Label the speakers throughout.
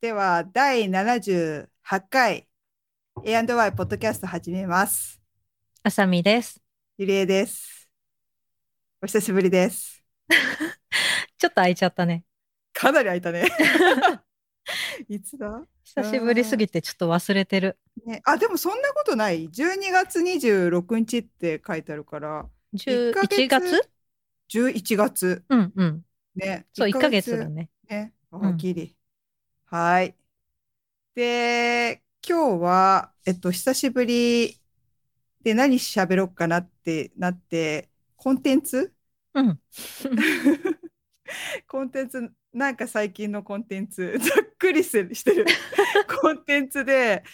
Speaker 1: では、第78回 A&Y ポッドキャスト始めます。
Speaker 2: あさみです。
Speaker 1: ゆりえです。お久しぶりです。
Speaker 2: ちょっと空いちゃったね。
Speaker 1: かなり空いた ね。いつだ、
Speaker 2: 久しぶりすぎてちょっと忘れてる。
Speaker 1: ね、あ、でもそんなことない。12月26日って書いてあるから、
Speaker 2: 11
Speaker 1: 1ヶ
Speaker 2: 月
Speaker 1: 11月。
Speaker 2: うんうん。
Speaker 1: ね。
Speaker 2: そう、1ヶ月だね。
Speaker 1: ね、
Speaker 2: ん
Speaker 1: 大きり。はーい。で、今日は、えっと、久しぶりで何喋ろうかなってなって、コンテンツ
Speaker 2: うん。
Speaker 1: コンテンツ、なんか最近のコンテンツ、 ざっくりするしてるコンテンツで、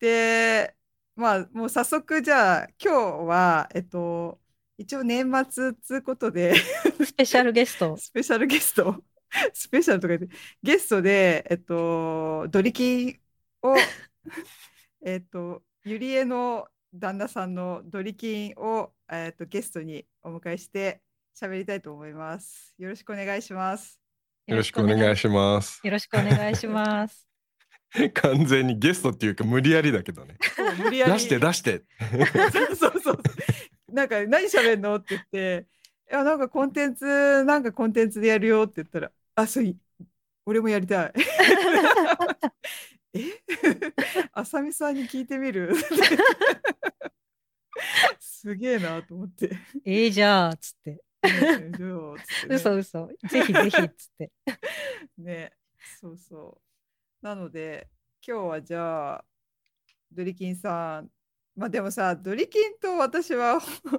Speaker 1: で、まあ、もう早速、じゃあ、今日は、えっと、一応年末つうことで、
Speaker 2: スペシャルゲ スト。
Speaker 1: スペシャルゲスト、 スペシャルとか言って、ゲストで、えっと、ドリキンを、えっと、ゆりえの旦那さんのドリキンを、えっと、ゲストにお迎えして喋りたいと思います。よろしくお願いします。
Speaker 3: よろしくお願いします。
Speaker 2: よろしくお願いします。
Speaker 3: 完全にゲストっていうか無理やりだけどね。
Speaker 1: そう無理やり
Speaker 3: 出して出して。
Speaker 1: そうそうそう。なんか何喋んのって言って、いやなんかコンテンツなんかコンテンツでやるよって言ったら、あそうい俺もやりたい。え？あさみさんに聞いてみる。 すげえなと思って。
Speaker 2: ええじゃあ、つって。
Speaker 1: うんじゃあつってね
Speaker 2: 嘘嘘。ぜひぜひ、つって。
Speaker 1: ね、そうそう。なので、今日はじゃあ、ドリキンさん、まあでもさ、ドリキンと私は ほほ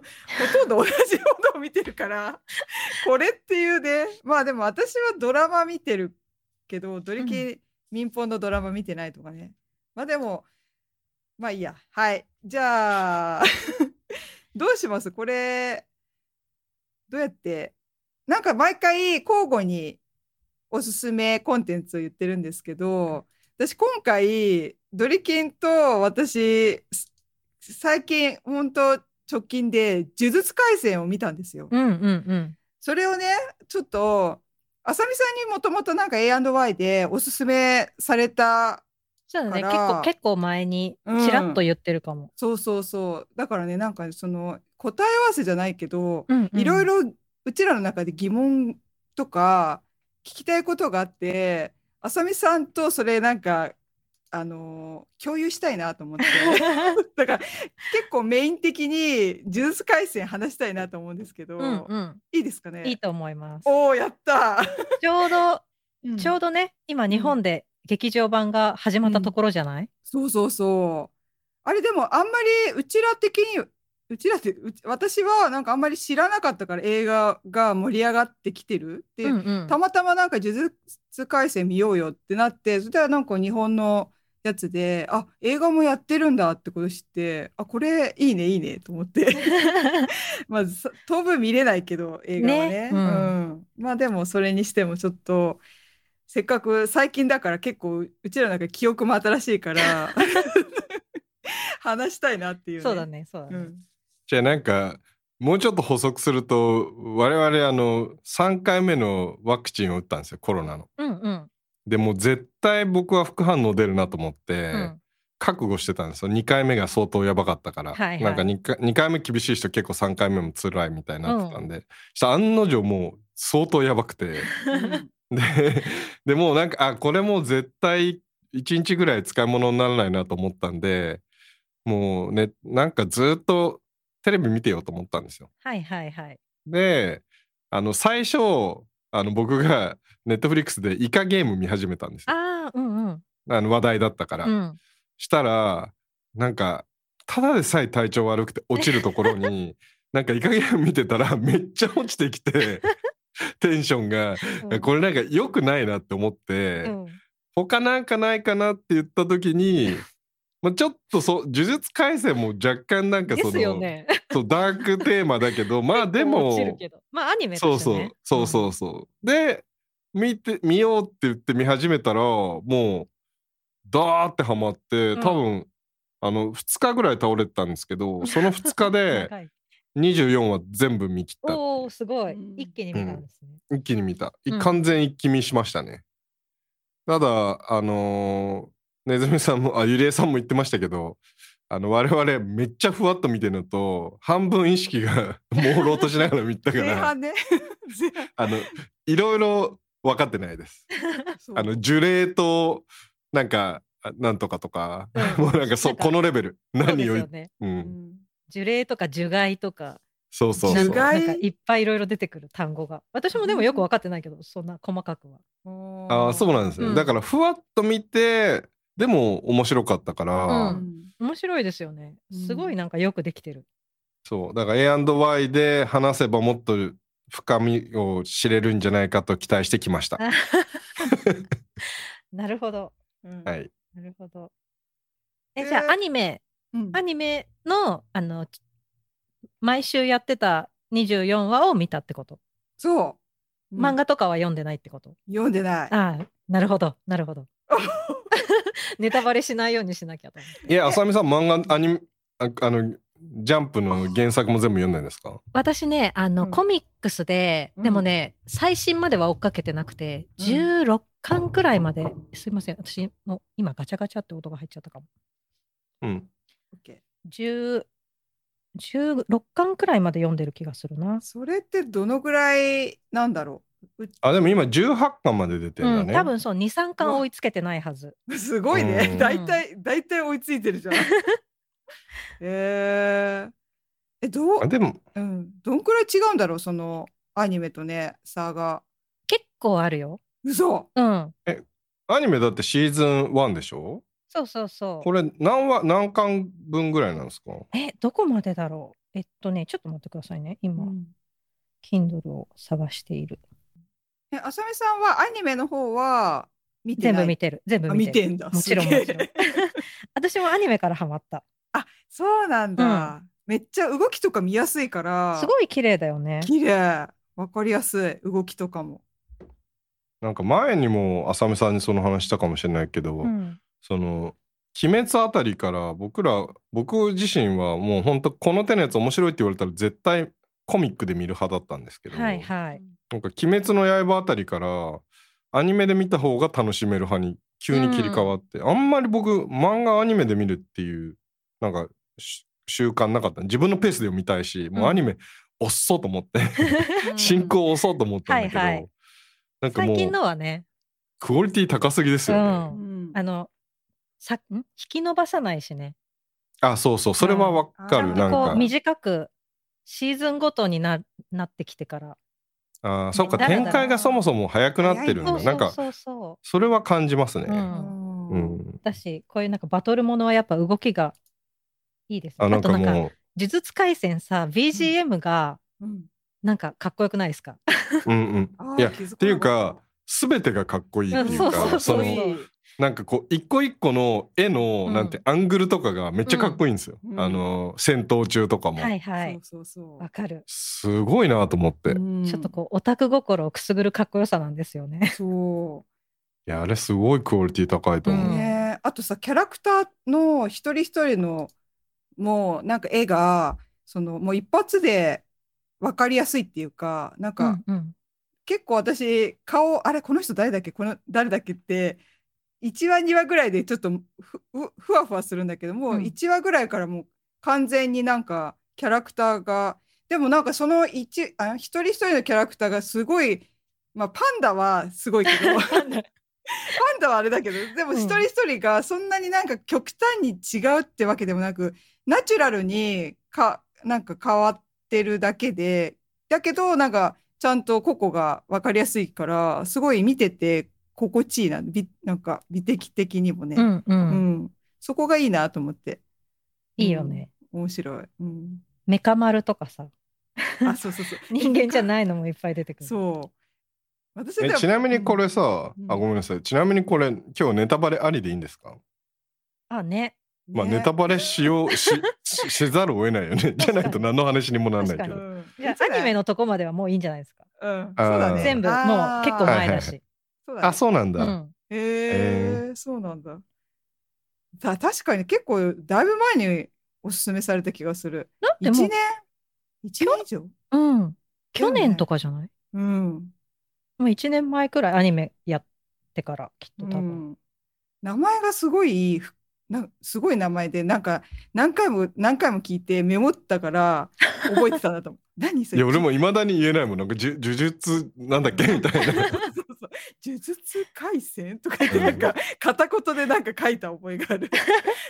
Speaker 1: とんど同じものを見てるから、 これっていうね、まあでも私はドラマ見てるけど、ドリキン、民放のドラマ見てないとかね。まあでも、まあいいや。はい。じゃあ、 どうしますこれ、どうやって、なんか毎回交互におすすめコンテンツを言ってるんですけど、私今回、ドリキンと私、す最近、ほんと直近で、呪術廻戦を見たんですよ。
Speaker 2: うんうんうん。
Speaker 1: それをね、ちょっと、あさみさんにもともとなんか A&Y でおすすめされた、
Speaker 2: そうだね。
Speaker 1: か
Speaker 2: 結
Speaker 1: ら
Speaker 2: 構、結構前に、
Speaker 1: うん
Speaker 2: ちらっと言ってるかも。
Speaker 1: そうそうそう。だからね、なんかその答え合わせじゃないけど、
Speaker 2: うんうん
Speaker 1: いろい。ろうちらの中で疑問とか聞きたいことがあって、あさみさんとそれなんか、あのー共有したいなと思って。 だから結構メイン的に呪術廻戦話したいなと思うんですけど、
Speaker 2: うんうん。
Speaker 1: いいですかね
Speaker 2: いいと思います。
Speaker 1: おお、やった、
Speaker 2: ちょうど、ちょう
Speaker 1: ど
Speaker 2: どね、今日本で劇場版が始まったところじゃない
Speaker 1: そうそうそう。あれでもあんまりうちら的にうちらってうち私はなんかあんまり知らなかったから映画が盛り上がってきてるって、
Speaker 2: うんうん
Speaker 1: たまたまなんか呪術廻戦見ようよってなってそしたらなんか日本のやつであ映画もやってるんだってこと知ってあこれいいねいいねと思って まあさ当分見れないけど映画はね
Speaker 2: ね
Speaker 1: う
Speaker 2: うんん
Speaker 1: まあでもそれにしてもちょっとせっかく最近だから結構うちらなんか記憶も新しいから 話したいなっていう、
Speaker 2: そうだね、そうだ
Speaker 1: う
Speaker 2: ね。
Speaker 1: ん
Speaker 3: じゃあなんかもうちょっと補足すると我々あの3回目のワクチンを打ったんですよコロナの。
Speaker 2: うんうん。
Speaker 3: でもう絶対僕は副反応出るなと思って。
Speaker 2: うん
Speaker 3: 覚悟してたんですよ2回目が相当やばかったから、
Speaker 2: はいはい
Speaker 3: なんか 2, 回二回目厳しい人結構3回目も辛いみたいになってたんで、したら案の定もう相当やばくて ででもうなんかあこれもう絶対1日ぐらい使い物にならないなと思ったんでもうねなんかずっとテレビ見てようと思ったんですよ。
Speaker 2: はいはいはい。
Speaker 3: であの最初あの僕がネットフリックスでイカゲーム見始めたんですよ
Speaker 2: ああ、うんうん。
Speaker 3: あの話題だったから。
Speaker 2: うん、
Speaker 3: したらなんかただでさえ体調悪くて落ちるとこ ろになんかイカゲーム見てたらめっちゃ落ちてき てテンションが
Speaker 2: うん
Speaker 3: これなんか良くないなって思って、
Speaker 2: うん
Speaker 3: 他なんかないかなって言った時に。まあちょっとそう呪術廻戦も若干なんか
Speaker 2: で
Speaker 3: そ
Speaker 2: すよ
Speaker 3: の、
Speaker 2: ね。
Speaker 3: そうダークテーマだけどまあでも
Speaker 2: 落ちるけどまあアニメ
Speaker 3: そ
Speaker 2: とし
Speaker 3: う
Speaker 2: て
Speaker 3: そう
Speaker 2: ね。
Speaker 3: そうそうそう。で見て見ようって言って見始めたらもうダーってハマって
Speaker 2: うん
Speaker 3: 多分、あの2日ぐらい倒れてたんですけどその2日
Speaker 2: うん
Speaker 3: で
Speaker 2: 長い
Speaker 3: 24話全部見切っ
Speaker 2: おおすごい
Speaker 1: うん
Speaker 2: 一気に見たんですね。
Speaker 3: た一気に見た、い
Speaker 2: うん
Speaker 3: 完全一気見しましたね。ただあのーねずみさんもあゆりえさんも言ってましたけどあの我々めっちゃふわっと見てるのと半分意識が 朦朧としながら見た か
Speaker 1: 前
Speaker 3: ら
Speaker 1: 半ね
Speaker 3: あのいろいろ分かってないです。
Speaker 1: そう
Speaker 3: あの呪霊となんかあなんとかとか、
Speaker 2: うん
Speaker 3: もうなんかそ
Speaker 2: な
Speaker 3: う
Speaker 2: んか
Speaker 3: このレベル
Speaker 2: そうで
Speaker 3: 何
Speaker 2: す
Speaker 3: を言
Speaker 2: よ
Speaker 3: っ
Speaker 2: ね。
Speaker 3: う
Speaker 1: うんん
Speaker 2: 呪霊とか呪骸とか、
Speaker 3: そうそう
Speaker 2: なん
Speaker 3: そ
Speaker 1: 呪
Speaker 3: う。
Speaker 1: 骸
Speaker 2: かなんかいっぱいいろいろ出てくる単語が。私もでもよく分かってないけど、そんな細かくは。
Speaker 1: おー
Speaker 3: あーそうなんですね、
Speaker 2: うん
Speaker 3: だからふわっと見てでも面白かったから、
Speaker 2: う
Speaker 1: うん
Speaker 2: 面白いですよね。すごいなんかよくできて る。
Speaker 3: そうだから A&Y で話せばもっと深みを知れるんじゃないかと期待してきました。
Speaker 2: なるほど。
Speaker 1: うん
Speaker 3: はい、
Speaker 2: なるほど。え、
Speaker 1: で
Speaker 2: じゃあアニメ、
Speaker 1: うん
Speaker 2: アニメの、あの、ち毎週やってた24話を見たってこと。
Speaker 1: そう
Speaker 2: 漫画とかは読んでないってこと。
Speaker 1: うん読んでない
Speaker 2: ああ、なるほど、なるほ ど。ネタバレしないようにしなきゃと思って。
Speaker 3: いや浅見さん漫画アニメああのジャンプの原作も全部読んでるんですか
Speaker 2: 私ね、あの、
Speaker 1: うん
Speaker 2: コミックスで、
Speaker 1: うん
Speaker 2: でもね、最新までは追っかけてなくて、
Speaker 1: うん
Speaker 2: 16巻くらいまで、すいません、私もう今ガチャガチャって音が入っちゃったかも。
Speaker 3: うん。
Speaker 1: OK
Speaker 2: 10 16巻くらいまで読んでる気がするな。
Speaker 1: それってどのぐらいなんだろう
Speaker 3: あでも今18巻まで出てるんだ
Speaker 2: うん、
Speaker 3: ね。
Speaker 2: 多分そう、2、3
Speaker 1: う
Speaker 2: 巻
Speaker 1: わ
Speaker 2: 追いつけてないはず。
Speaker 1: う すごい
Speaker 3: うん
Speaker 1: ね大体大体追いついてるじゃ んえー、えどう
Speaker 3: あでも
Speaker 1: うん、どんくらい違うんだろうそのアニメとね差が
Speaker 2: 結構あるよ。
Speaker 1: 嘘
Speaker 2: うん。
Speaker 3: アニメだってシーズン1でしょ
Speaker 2: そうそうそう。
Speaker 3: これ何話何巻分ぐらいなんですか
Speaker 2: え、どこまでだろうえっとね、ちょっと待ってくださいね。今、Kindle を探している。
Speaker 1: えあさみさんはアニメの方は見て
Speaker 2: 全
Speaker 1: ない
Speaker 2: 部見てる。全部
Speaker 1: あ
Speaker 2: 見
Speaker 1: 見
Speaker 2: てる。
Speaker 1: てんだ
Speaker 2: もちろん
Speaker 1: すげえ
Speaker 2: もちろん 私もアニメからハマった。
Speaker 1: そうなんだ、めっちゃ動きとか見やすいから
Speaker 2: すごい綺麗だよね。
Speaker 1: 綺麗わかりやすい動きとかも
Speaker 3: なんか前にも浅見さんにその話したかもしれないけど、
Speaker 2: うん。
Speaker 3: その「鬼滅」あたりから僕ら僕自身はもうほんとこの手のやつ面白いって言われたら絶対コミックで見る派だったんですけど、
Speaker 2: はいはい。
Speaker 3: なんか「鬼滅の刃」あたりからアニメで見た方が楽しめる派に急に切り替わって、あんまり僕漫画アニメで見るっていうなんかし習慣なかった自分のペースで読みたいしもうアニメ押っそうと思って、進行を押そうと思ったんだけど、
Speaker 2: はいはい
Speaker 3: なんか
Speaker 2: 最
Speaker 3: もう
Speaker 2: 近のはね、
Speaker 3: クオリティ高すぎです
Speaker 2: う。
Speaker 3: よね。
Speaker 1: うんん
Speaker 2: あの、さん引き伸ばさないしね。
Speaker 3: あそうそうそれはわか
Speaker 1: うん
Speaker 3: るな
Speaker 1: あ
Speaker 3: ん
Speaker 1: ー
Speaker 2: こ
Speaker 3: か
Speaker 2: う、短く、シーズンごとにななってきてから。
Speaker 3: あーそっか
Speaker 2: だらだら
Speaker 3: 展開がそもそも早くなってるん
Speaker 1: う
Speaker 2: そ
Speaker 3: だ
Speaker 2: う
Speaker 3: な
Speaker 2: そ
Speaker 3: ん
Speaker 2: う
Speaker 3: か
Speaker 2: そうそ
Speaker 3: それは感じますね。
Speaker 2: う。う。
Speaker 1: うんん
Speaker 3: うん、
Speaker 2: だし、こういうなんかバトルものはやっぱ動きがいいですね。
Speaker 3: あ
Speaker 2: あ
Speaker 3: なん
Speaker 2: と
Speaker 3: か
Speaker 2: なんか、
Speaker 3: も
Speaker 2: 呪
Speaker 3: う
Speaker 2: 術廻戦さ、BGM が
Speaker 1: うん
Speaker 2: なんかかっこよくないですか
Speaker 3: うん
Speaker 1: あ
Speaker 3: う
Speaker 1: ー
Speaker 3: ん、いやっ
Speaker 1: 気づかなかって
Speaker 3: いうか全てがかっこいいっていうう
Speaker 2: そ
Speaker 3: ん
Speaker 2: うそうそ
Speaker 3: か
Speaker 2: う
Speaker 3: そ
Speaker 1: い
Speaker 3: の
Speaker 1: い
Speaker 3: なんかこう一個一個の絵の
Speaker 2: うん
Speaker 3: なんてアングルとかがめっちゃかっこいいんですよ、
Speaker 1: うん
Speaker 3: あの戦闘中とかも、
Speaker 2: はいはい。
Speaker 1: そうそう
Speaker 2: わかる。
Speaker 3: すごいなと思って、
Speaker 1: そう、
Speaker 3: い
Speaker 1: うん
Speaker 2: ちょっとこう、オタク心をくすぐるかっこよさなんですよね。
Speaker 1: そ
Speaker 3: やあれすごいクオリティ高いと
Speaker 1: う、
Speaker 3: 思う、
Speaker 2: うん
Speaker 1: ねあとさキャラクターの一人一人のもうなんか絵がそのもう一発で分かりやすいっていうかなんか、
Speaker 2: うんうん
Speaker 1: 結構私顔あれこの人誰だっけこの誰だっけって1話2話ぐらいでちょっとふふふわふわするんだけども、う
Speaker 2: うん
Speaker 1: 1話ぐらいからもう完全になんかキャラクターがでもなんかその一あ一人一人のキャラクターがすごい、まあ、パンダはすごいけどパンダはあれだけどでも
Speaker 2: うん
Speaker 1: 一人一人がそんなになんか極端に違うってわけでもなく、ナチュラルにかなんか変わってるだけでだけどなんかちゃんと個々が分かりやすいからすごい見てて心地いいな美なんか美的的にもね、
Speaker 2: うんう。
Speaker 1: うんそこがいいなと思って
Speaker 2: いいよね。
Speaker 1: 面白い、うん、
Speaker 2: メカ丸とかさ、
Speaker 1: あそうそうそう
Speaker 2: 人間じゃ
Speaker 1: い
Speaker 2: ないのもいっぱい出てくる。
Speaker 1: そう私
Speaker 3: えちなみにこれさ、
Speaker 1: うん
Speaker 3: あごめんなさいちなみにこれ今日ネタバレありでいいんですか、
Speaker 2: あ、ね。
Speaker 3: まあネタ
Speaker 1: バ
Speaker 3: バレしよ うししせざるを得ないよねじゃないと何の話にもならないけ
Speaker 2: 確
Speaker 3: ど
Speaker 2: か
Speaker 3: は
Speaker 2: じゃあアニメ、のとこまではもういいんじゃないですか。
Speaker 1: うん、そうだね
Speaker 2: 全部もう結構前だし。
Speaker 1: そうだね
Speaker 3: あそうなんだ、
Speaker 2: うん
Speaker 1: へえそうなんだ。だ確かに結構だいぶ前におすすめされた気がする。
Speaker 2: だって
Speaker 1: 1
Speaker 2: も
Speaker 1: 年
Speaker 2: う、
Speaker 1: 一年以上
Speaker 2: うん、去年とかじゃない
Speaker 1: うん。
Speaker 2: もう1年前くらいアニメやっってからきっと
Speaker 1: う
Speaker 2: 多分、
Speaker 1: ん、名前がすごいいいふなすごい名前でなんか何回も何回も聞いてメモったから覚えてたんだと 思う何そ
Speaker 3: い
Speaker 1: れ
Speaker 3: や俺もいまだに言えないもんなんかじゅ呪術なんだっけみたい
Speaker 1: そ
Speaker 3: な
Speaker 1: うそう呪術廻戦とか言ってなんか片言でなんか書いた覚えがあ る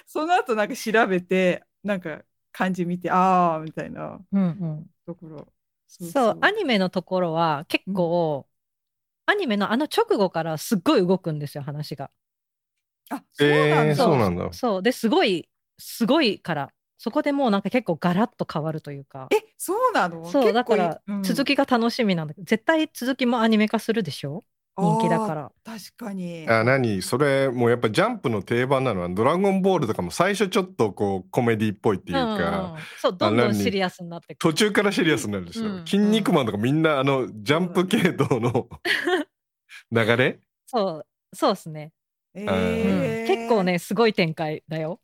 Speaker 1: その後なんか調べてなんか漢字見てああみたいな
Speaker 2: うんうん
Speaker 1: ところそ
Speaker 2: そうアニメのところは結構、アニメのあの直後からすっごい動くんですよ話が
Speaker 1: あ そうなんだ、
Speaker 3: えー、そう
Speaker 1: な
Speaker 3: なんだ
Speaker 2: そうですごいすごいからそこでもうなんか結構ガラッと変わるというか
Speaker 1: えそうなの
Speaker 2: そうだから続
Speaker 1: き
Speaker 2: きが楽しみなんだけど、絶対続きもアニメ化するでしょ人気だからら
Speaker 1: 確かに
Speaker 3: あ何それもうやっぱジャンプの定番なのは「ドラゴンボール」とかも最初ちょっとこうコメディっぽいっていうか、
Speaker 2: うんうんうんそうどんどんシリアスになってく
Speaker 3: 途
Speaker 2: る
Speaker 3: 中からシリアスになるんですよ。
Speaker 2: うん
Speaker 3: 筋肉マンとかみんなあのジャンプ系統の流れ
Speaker 2: そうそうですね、
Speaker 1: え
Speaker 2: うん
Speaker 1: ー
Speaker 2: 結構ねすごい展開だよ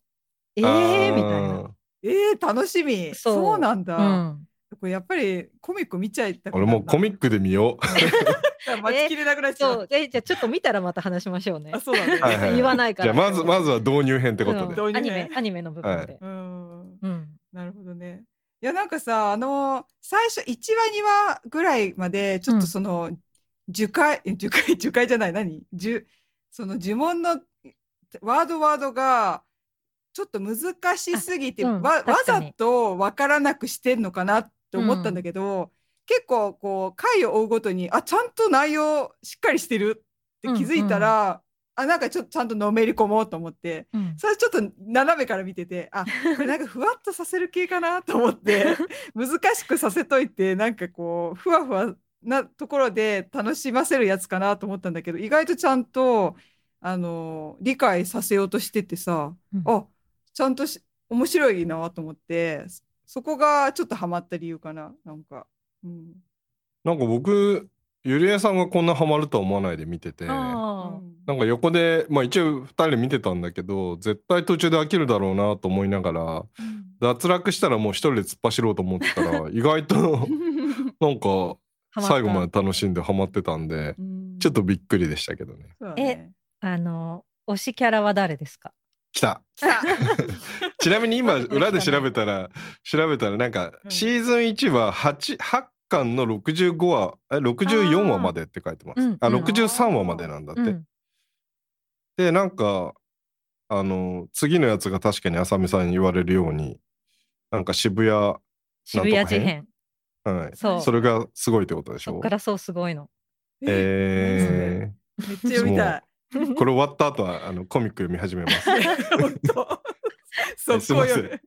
Speaker 2: え
Speaker 3: あ
Speaker 2: ー、
Speaker 3: ー
Speaker 2: みたいな、
Speaker 1: えー、楽しみ
Speaker 2: そ
Speaker 1: そううなんだ、
Speaker 2: うん、
Speaker 1: これやっぱりコミック見ちゃいたくな
Speaker 3: 俺
Speaker 1: るな
Speaker 3: もうコミックで見よ
Speaker 1: 待ちきれなくなっちゃ、
Speaker 2: そううえじゃあちょっと見たらまた話しましょうね
Speaker 1: あそうなんだ、ね
Speaker 3: う。はいはい
Speaker 2: 言わないから
Speaker 3: じゃあまずまずは導入編ってことで。
Speaker 1: うん
Speaker 2: うんアニ
Speaker 1: 導入
Speaker 2: メ
Speaker 1: ね
Speaker 2: アニメの部分で、
Speaker 1: うん
Speaker 2: うん
Speaker 1: なるほどね。いやなんかさあの最初1話2話ぐらいまでちょっ
Speaker 2: うん
Speaker 1: とその樹海、 え樹海樹海じゃない何樹その呪文のワードワードがちょっと難しすぎて、
Speaker 2: あうん
Speaker 1: わわ
Speaker 2: 確か
Speaker 1: ざ
Speaker 2: に
Speaker 1: とわからなくしてんのかなって思ったんだけど、結構こう回を追うごとにあちゃんと内容しっかりしてるって気づいたら、あなんかちょっとちゃんとのめり込もうと思って
Speaker 2: うん
Speaker 1: それちょっと斜めから見ててあこれなんかふわっとさせる系かなと思って 難しくさせといてなんかこうふわふわなところで楽しませるやつかなと思ったんだけど意外とちゃんとあの理解させようとしててさ、
Speaker 2: うん
Speaker 1: あちゃんとし面白いなと思ってそそこがちょっとハマった理由かななんか。うん
Speaker 3: なんか僕ゆりえさんがこんなハマるとは思わないで見てて。な
Speaker 1: う
Speaker 2: あ
Speaker 1: ん
Speaker 3: んか横で、まあ、一応2人で見てたんだけど絶対途中で飽きるだろうなと思いながら
Speaker 2: ー
Speaker 3: 脱落したらもう一人で突っ走ろうと思ってた ら意外となんか
Speaker 2: ハマった
Speaker 3: 最後まで楽しんでハマってたんでちょっとびっくりでしたけどね。
Speaker 1: そうだね
Speaker 2: あの推しキャラは誰ですか
Speaker 3: 来た
Speaker 1: 来た
Speaker 3: ちなみに 今
Speaker 2: そう
Speaker 3: 裏で調べたら調べたらなんか
Speaker 1: うん
Speaker 3: シーズン1は 8, 8巻の65話え64話までって書いてます
Speaker 2: うん
Speaker 3: あ
Speaker 2: うん
Speaker 3: 63話までなんだって、
Speaker 2: うん
Speaker 3: でなんかあの次のやつが確かに浅見さんに言われるようになんか渋谷、は
Speaker 2: 渋谷事変
Speaker 3: い、
Speaker 2: そう
Speaker 3: それがすごいってことでし
Speaker 2: そ
Speaker 3: ょ
Speaker 2: っからそうすごいの
Speaker 3: え
Speaker 1: めっちゃ読みたい。
Speaker 3: ー、これ終わった後はあのコミック読み始め ます
Speaker 1: 本当。
Speaker 3: えす
Speaker 1: 速
Speaker 3: いま
Speaker 1: 攻
Speaker 3: せ
Speaker 1: 読
Speaker 3: ん
Speaker 1: む。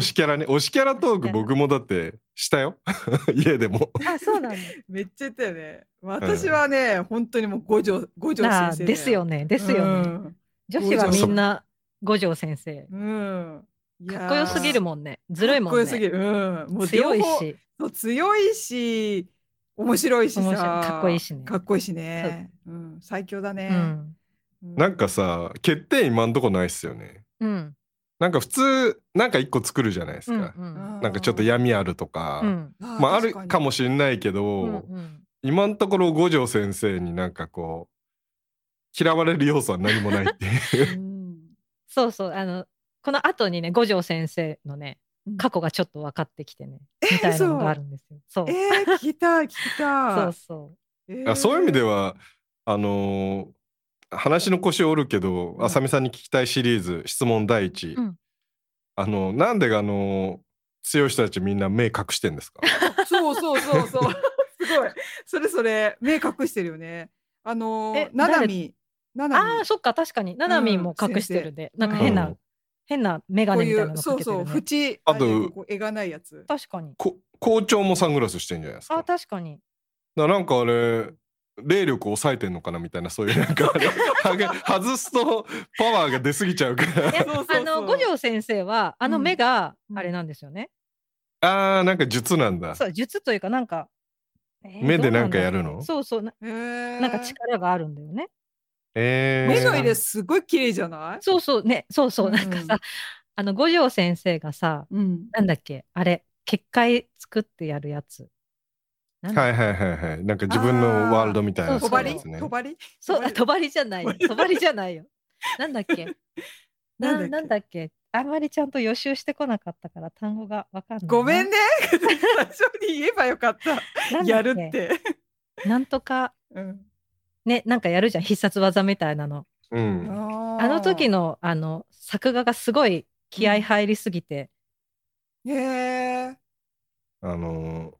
Speaker 3: 推しキャラね推しキャラトーク僕もだってしたよ 家でも
Speaker 2: あそう なんだ
Speaker 1: めっちゃ言ったよね。私はね、本当にもう五条五条
Speaker 2: あ
Speaker 1: 先生。
Speaker 2: ですよ
Speaker 1: ね。
Speaker 2: ね
Speaker 1: で
Speaker 2: ですよね、。女子はみんな五条先生
Speaker 1: うん。いやー
Speaker 2: かっこよすぎるもんねずるいもんね
Speaker 1: かっこよすぎる。うん。もう
Speaker 2: 強い
Speaker 1: 両方
Speaker 2: し、
Speaker 1: そう強いし、面白いしさ。
Speaker 2: 面白いかっこいいしね
Speaker 1: かっこいいしね。うん。最強だ
Speaker 2: う
Speaker 1: ね。
Speaker 2: ん
Speaker 1: う
Speaker 3: なん。かさ欠点今んとこないっすよね
Speaker 2: うん
Speaker 3: なんか普通なんか一個作るじゃないです
Speaker 2: う
Speaker 3: か、
Speaker 2: んうん
Speaker 3: なんかちょっと闇あるとか、
Speaker 2: うん
Speaker 1: ま
Speaker 3: まああるかもしれないけど、
Speaker 2: うんうん
Speaker 3: 今んところ五条先生になんかこう嫌われる要素は何もないっていう
Speaker 2: そうそうあのこの後にね五条先生のね
Speaker 1: うん
Speaker 2: 過去がちょっと分かってきてねみたいなのがあるんですよそう
Speaker 1: ええー、聞きたい聞き
Speaker 2: そ
Speaker 1: た
Speaker 2: う
Speaker 1: い
Speaker 2: そ う
Speaker 1: え
Speaker 3: あ
Speaker 1: ー。
Speaker 3: そういう意味ではあのー話の腰折るけど
Speaker 1: うん
Speaker 3: 浅見さんに聞きたいシリーズ質問第一、
Speaker 2: うん
Speaker 3: あのなんであの強い人たちみんな目隠してんですか
Speaker 1: そうそうそうそう。 すごい。それそれ、目隠してるよね。あの
Speaker 2: え
Speaker 1: ー、ななみ。ななみ。
Speaker 2: あーそっか確かにななみんも隠してるで、なんか変な、
Speaker 3: うん
Speaker 2: 変な眼
Speaker 1: こう
Speaker 2: 鏡み
Speaker 1: い
Speaker 2: たいな
Speaker 1: う、
Speaker 2: の
Speaker 1: そ
Speaker 2: か
Speaker 1: う
Speaker 2: けてる、
Speaker 1: そ
Speaker 2: ね、
Speaker 1: う、縁。
Speaker 3: あと
Speaker 1: れでこう絵がないやつ。
Speaker 2: 確かに
Speaker 3: こ校長もサングラスしてんじゃないですか
Speaker 2: あ確 かに
Speaker 3: だからなんかあれ霊力を抑えてんのかなみたいなそういうなんかあれはげ外すとパワーが出過ぎちゃうか
Speaker 2: いや
Speaker 3: ら
Speaker 1: そうそうそう
Speaker 2: あの五条先生はあの目が
Speaker 1: うん
Speaker 2: あれなんですよね、
Speaker 3: あーなんか術なんだ
Speaker 2: そう術というかなんか、えー
Speaker 3: 目で
Speaker 2: どう
Speaker 3: な
Speaker 2: だ
Speaker 3: んかやるの
Speaker 2: そうそうな
Speaker 1: へー
Speaker 2: なんか力があるんだよね、
Speaker 3: えー、
Speaker 1: 目の入れすごい綺麗じゃない。
Speaker 2: そうそうねそうそう、
Speaker 1: うん
Speaker 2: なんかさあの五条先生がさ
Speaker 1: うん。
Speaker 2: なんだっけあれ結界作ってやるやつなんだ
Speaker 3: はいはいはいはい。なんか自分のワールドみたいな
Speaker 2: あー
Speaker 1: と
Speaker 2: そう
Speaker 1: ば
Speaker 2: そう
Speaker 1: り
Speaker 3: ですね
Speaker 1: と。ばり
Speaker 2: そう、あ、とばりじゃないよ。
Speaker 1: 帳
Speaker 2: とばりじゃないよ。なんだっけ。
Speaker 1: なんだっ
Speaker 2: な
Speaker 1: け
Speaker 2: なんだっけ。あんまりちゃんと予習してこなかったから、単語がわかんないな。
Speaker 1: ごめんね。最初に言えばよかった。
Speaker 2: なんだっけ
Speaker 1: やるっ。て。
Speaker 2: なんとか、
Speaker 1: うん
Speaker 2: ね、なんかやるじゃん、必殺技みたいなの。
Speaker 3: うん。
Speaker 2: あの時
Speaker 1: の。
Speaker 2: の、あの、作画がすごい気合入りすぎて。
Speaker 1: へえ。
Speaker 3: あのー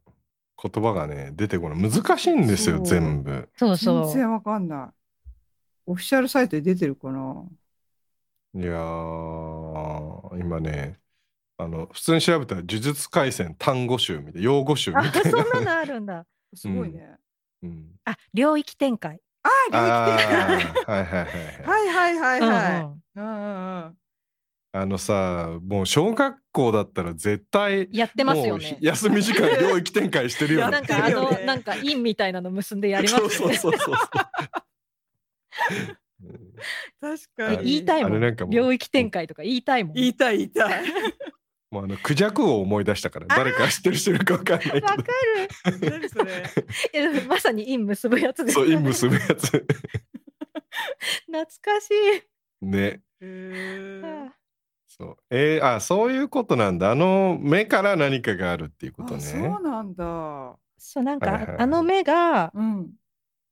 Speaker 3: 言葉がね出てこない難しいんですよ
Speaker 1: そう
Speaker 3: 全部。
Speaker 2: そ
Speaker 1: 全
Speaker 2: うそう。
Speaker 1: 然わかんない。オフィシャルサイトで出てるかな。
Speaker 3: いやー今ねあの普通に調べたら「呪術廻戦単語集」みたいな用語集み
Speaker 2: あ、
Speaker 3: た
Speaker 2: そ
Speaker 3: いな。
Speaker 2: んなのあるんだ。
Speaker 1: すごいね。
Speaker 3: うん、
Speaker 2: あ、領域展開。
Speaker 1: ああ、領域
Speaker 3: あーはいはいはい
Speaker 1: 展開
Speaker 3: はい。
Speaker 1: はいはいはいはい。
Speaker 2: うんう
Speaker 1: うん
Speaker 2: ん
Speaker 1: うんうん。
Speaker 3: あのさもう小学校だったら絶対
Speaker 2: やってますよね
Speaker 3: もう。休み時間領域展開してるよね。
Speaker 2: なんか、あ
Speaker 1: やってる
Speaker 2: の
Speaker 1: よ、ね
Speaker 2: なんか、印みたいなの結んでやります
Speaker 3: そ
Speaker 2: よ
Speaker 3: う
Speaker 2: ね。
Speaker 3: そう そうそうそう。
Speaker 1: 確
Speaker 3: あ
Speaker 1: か
Speaker 3: れ
Speaker 1: に。
Speaker 2: 言いたい
Speaker 3: あ
Speaker 2: も
Speaker 3: れ
Speaker 2: ん
Speaker 3: なんかもう
Speaker 2: 領域展開とか言いたいもん。
Speaker 1: 言いたい言いた い。
Speaker 3: もうあのクジャクを思い出したから
Speaker 2: あー
Speaker 3: 誰か知ってる人いるかわかんないけど
Speaker 2: わかる。
Speaker 1: 何それ。
Speaker 2: いやでもまさに印結ぶやつです
Speaker 3: そう
Speaker 2: よね
Speaker 3: 陰結ぶやつ
Speaker 2: 懐かしい。
Speaker 3: ね
Speaker 1: へー
Speaker 2: あ
Speaker 3: そうえー、あそういうことなんだあの目から何かがあるっていうこと
Speaker 1: あそ
Speaker 3: ね
Speaker 1: うなんだ。
Speaker 2: そうなんか、
Speaker 3: はいはいはい
Speaker 2: あの目が
Speaker 1: うん。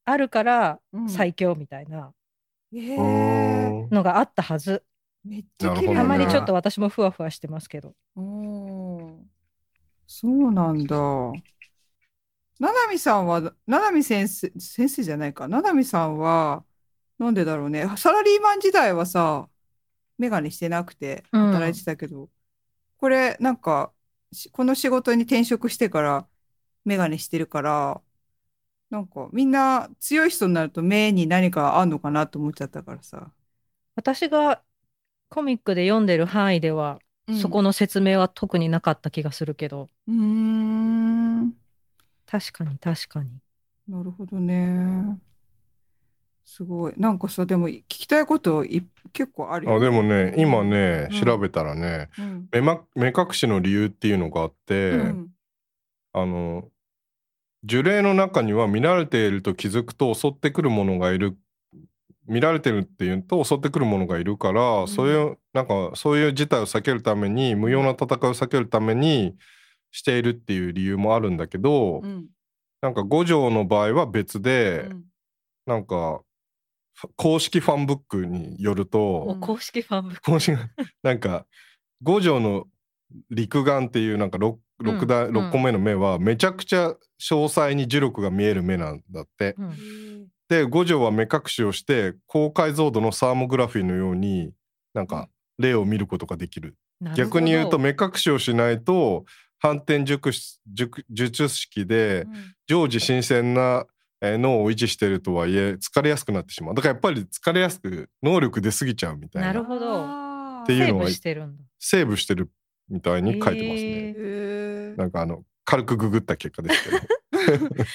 Speaker 2: あるから
Speaker 1: うん
Speaker 2: 最強みたいな
Speaker 1: へ
Speaker 3: お
Speaker 1: え。
Speaker 3: ー
Speaker 2: のがあったはず。
Speaker 1: めっちゃ
Speaker 3: なる
Speaker 1: 綺
Speaker 3: ほ
Speaker 1: 麗
Speaker 3: どね
Speaker 1: だ
Speaker 2: たまにちょっと。私もふわふわしてますけど。
Speaker 1: おーそうなんだ。ななみさんは、ななみ先生、先生じゃないか。ななみさんは、なんでだろうね。サラリーマン時代はさ、メガネしてなくて
Speaker 2: うん
Speaker 1: 働いてたけど、これ、なんか、しこの仕事に転職してから、メガネしてるから、なんか、みんな強い人になると目に何かあんのかなと思っちゃったからさ。
Speaker 2: 私がコミックで読んでる範囲では、そこの説明は特になかった気がするけど
Speaker 1: うーん。
Speaker 2: 確かに確かに。
Speaker 1: なるほどね。すごい。なんかさ、でも聞きたいことい結構あるよ。
Speaker 3: あでもね今ね
Speaker 1: うん
Speaker 3: 調べたらね、
Speaker 1: うん。
Speaker 3: 目ま目隠しの理由っていうのがあって、
Speaker 1: うん
Speaker 3: あの呪霊の中には見られていると気づくと襲ってくるものがいる見られてるっていうと襲ってくるものがいるから、
Speaker 1: ん
Speaker 3: そういうなんかそういう事態を避けるために無用な戦いを避けるためにしているっていう理由もあるんだけど、
Speaker 1: うん。
Speaker 3: なんか五条の場合は別で、
Speaker 1: うん
Speaker 3: なんかファ公式ファンブックによると、
Speaker 2: お
Speaker 1: うん
Speaker 2: 公式ファンブック
Speaker 3: このシ ーンなんか五条の陸眼っていうなんか 6, 六だ、
Speaker 2: うん
Speaker 3: 六個目の目はめちゃくちゃ詳細に呪力が見える目なんだって。
Speaker 2: うん
Speaker 3: で五条は目隠しをして高解像度のサーモグラフィーのようになんか霊を見ることができる。
Speaker 2: なるほど
Speaker 3: 逆に言うと目隠しをしないと反転熟し熟術式で常時新鮮なえー脳を維持してるとはいえ疲れやすくなってしまう。だからやっぱり疲れやすく能力出過ぎちゃうみたい
Speaker 2: な
Speaker 3: な
Speaker 2: るほど
Speaker 1: あー
Speaker 3: っていう
Speaker 2: セー
Speaker 3: のは
Speaker 2: ブしてるんだ。
Speaker 3: セーブしてるみたいに書いてますね。
Speaker 2: へー
Speaker 1: へ
Speaker 3: なんかあの軽くググった結果で すけど
Speaker 1: ー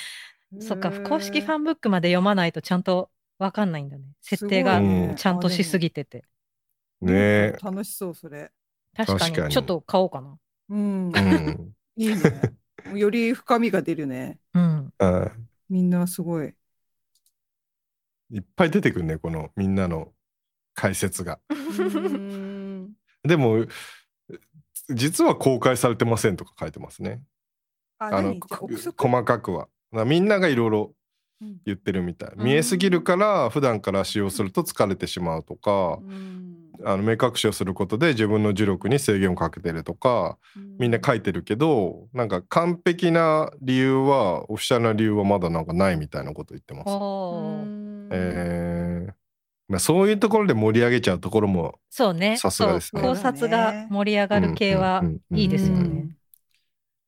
Speaker 2: そっか公式ファ
Speaker 1: ン
Speaker 2: ンブックまで読まないとちゃんとわかんないんだね設定
Speaker 3: す
Speaker 2: が
Speaker 3: ごいねうん
Speaker 2: ちゃんとしす
Speaker 1: ぎ
Speaker 2: ぎてて。
Speaker 3: ねえ、
Speaker 1: 楽しそう、それ。
Speaker 2: 確か
Speaker 3: 確か
Speaker 2: に
Speaker 3: に
Speaker 2: ちょっと買おうかな。
Speaker 1: うん
Speaker 3: う。ん、
Speaker 1: いいね。より深みが出るね。
Speaker 2: うん、
Speaker 3: あ
Speaker 1: みんなすごい。
Speaker 3: いっぱい出てくるねこのみんなの解説が
Speaker 1: うーん
Speaker 3: でも実は公開されてませんとか書いてますね
Speaker 1: あ、
Speaker 3: あ
Speaker 1: 何
Speaker 3: の
Speaker 1: じゃあ憶測
Speaker 3: 細かくはだからみんながいろいろ
Speaker 1: うん
Speaker 3: 言ってるみたい
Speaker 1: うん
Speaker 3: 見えすぎるから普段から使用すると疲れてしまうとか
Speaker 1: うん
Speaker 3: あの目隠しをすることで自分の呪力に制限をかけてるとかみんな書いてるけどなんか完璧な理由はオフィシャルな理由はまだなんかないみたいなこと言ってます。
Speaker 2: おー
Speaker 1: うん
Speaker 3: えーまあ、そういうところで盛り上げちゃうところも
Speaker 2: そうね
Speaker 3: さすがですね
Speaker 2: そう考察が盛り上がる系は
Speaker 3: うんうんうんうん
Speaker 2: いいですよね。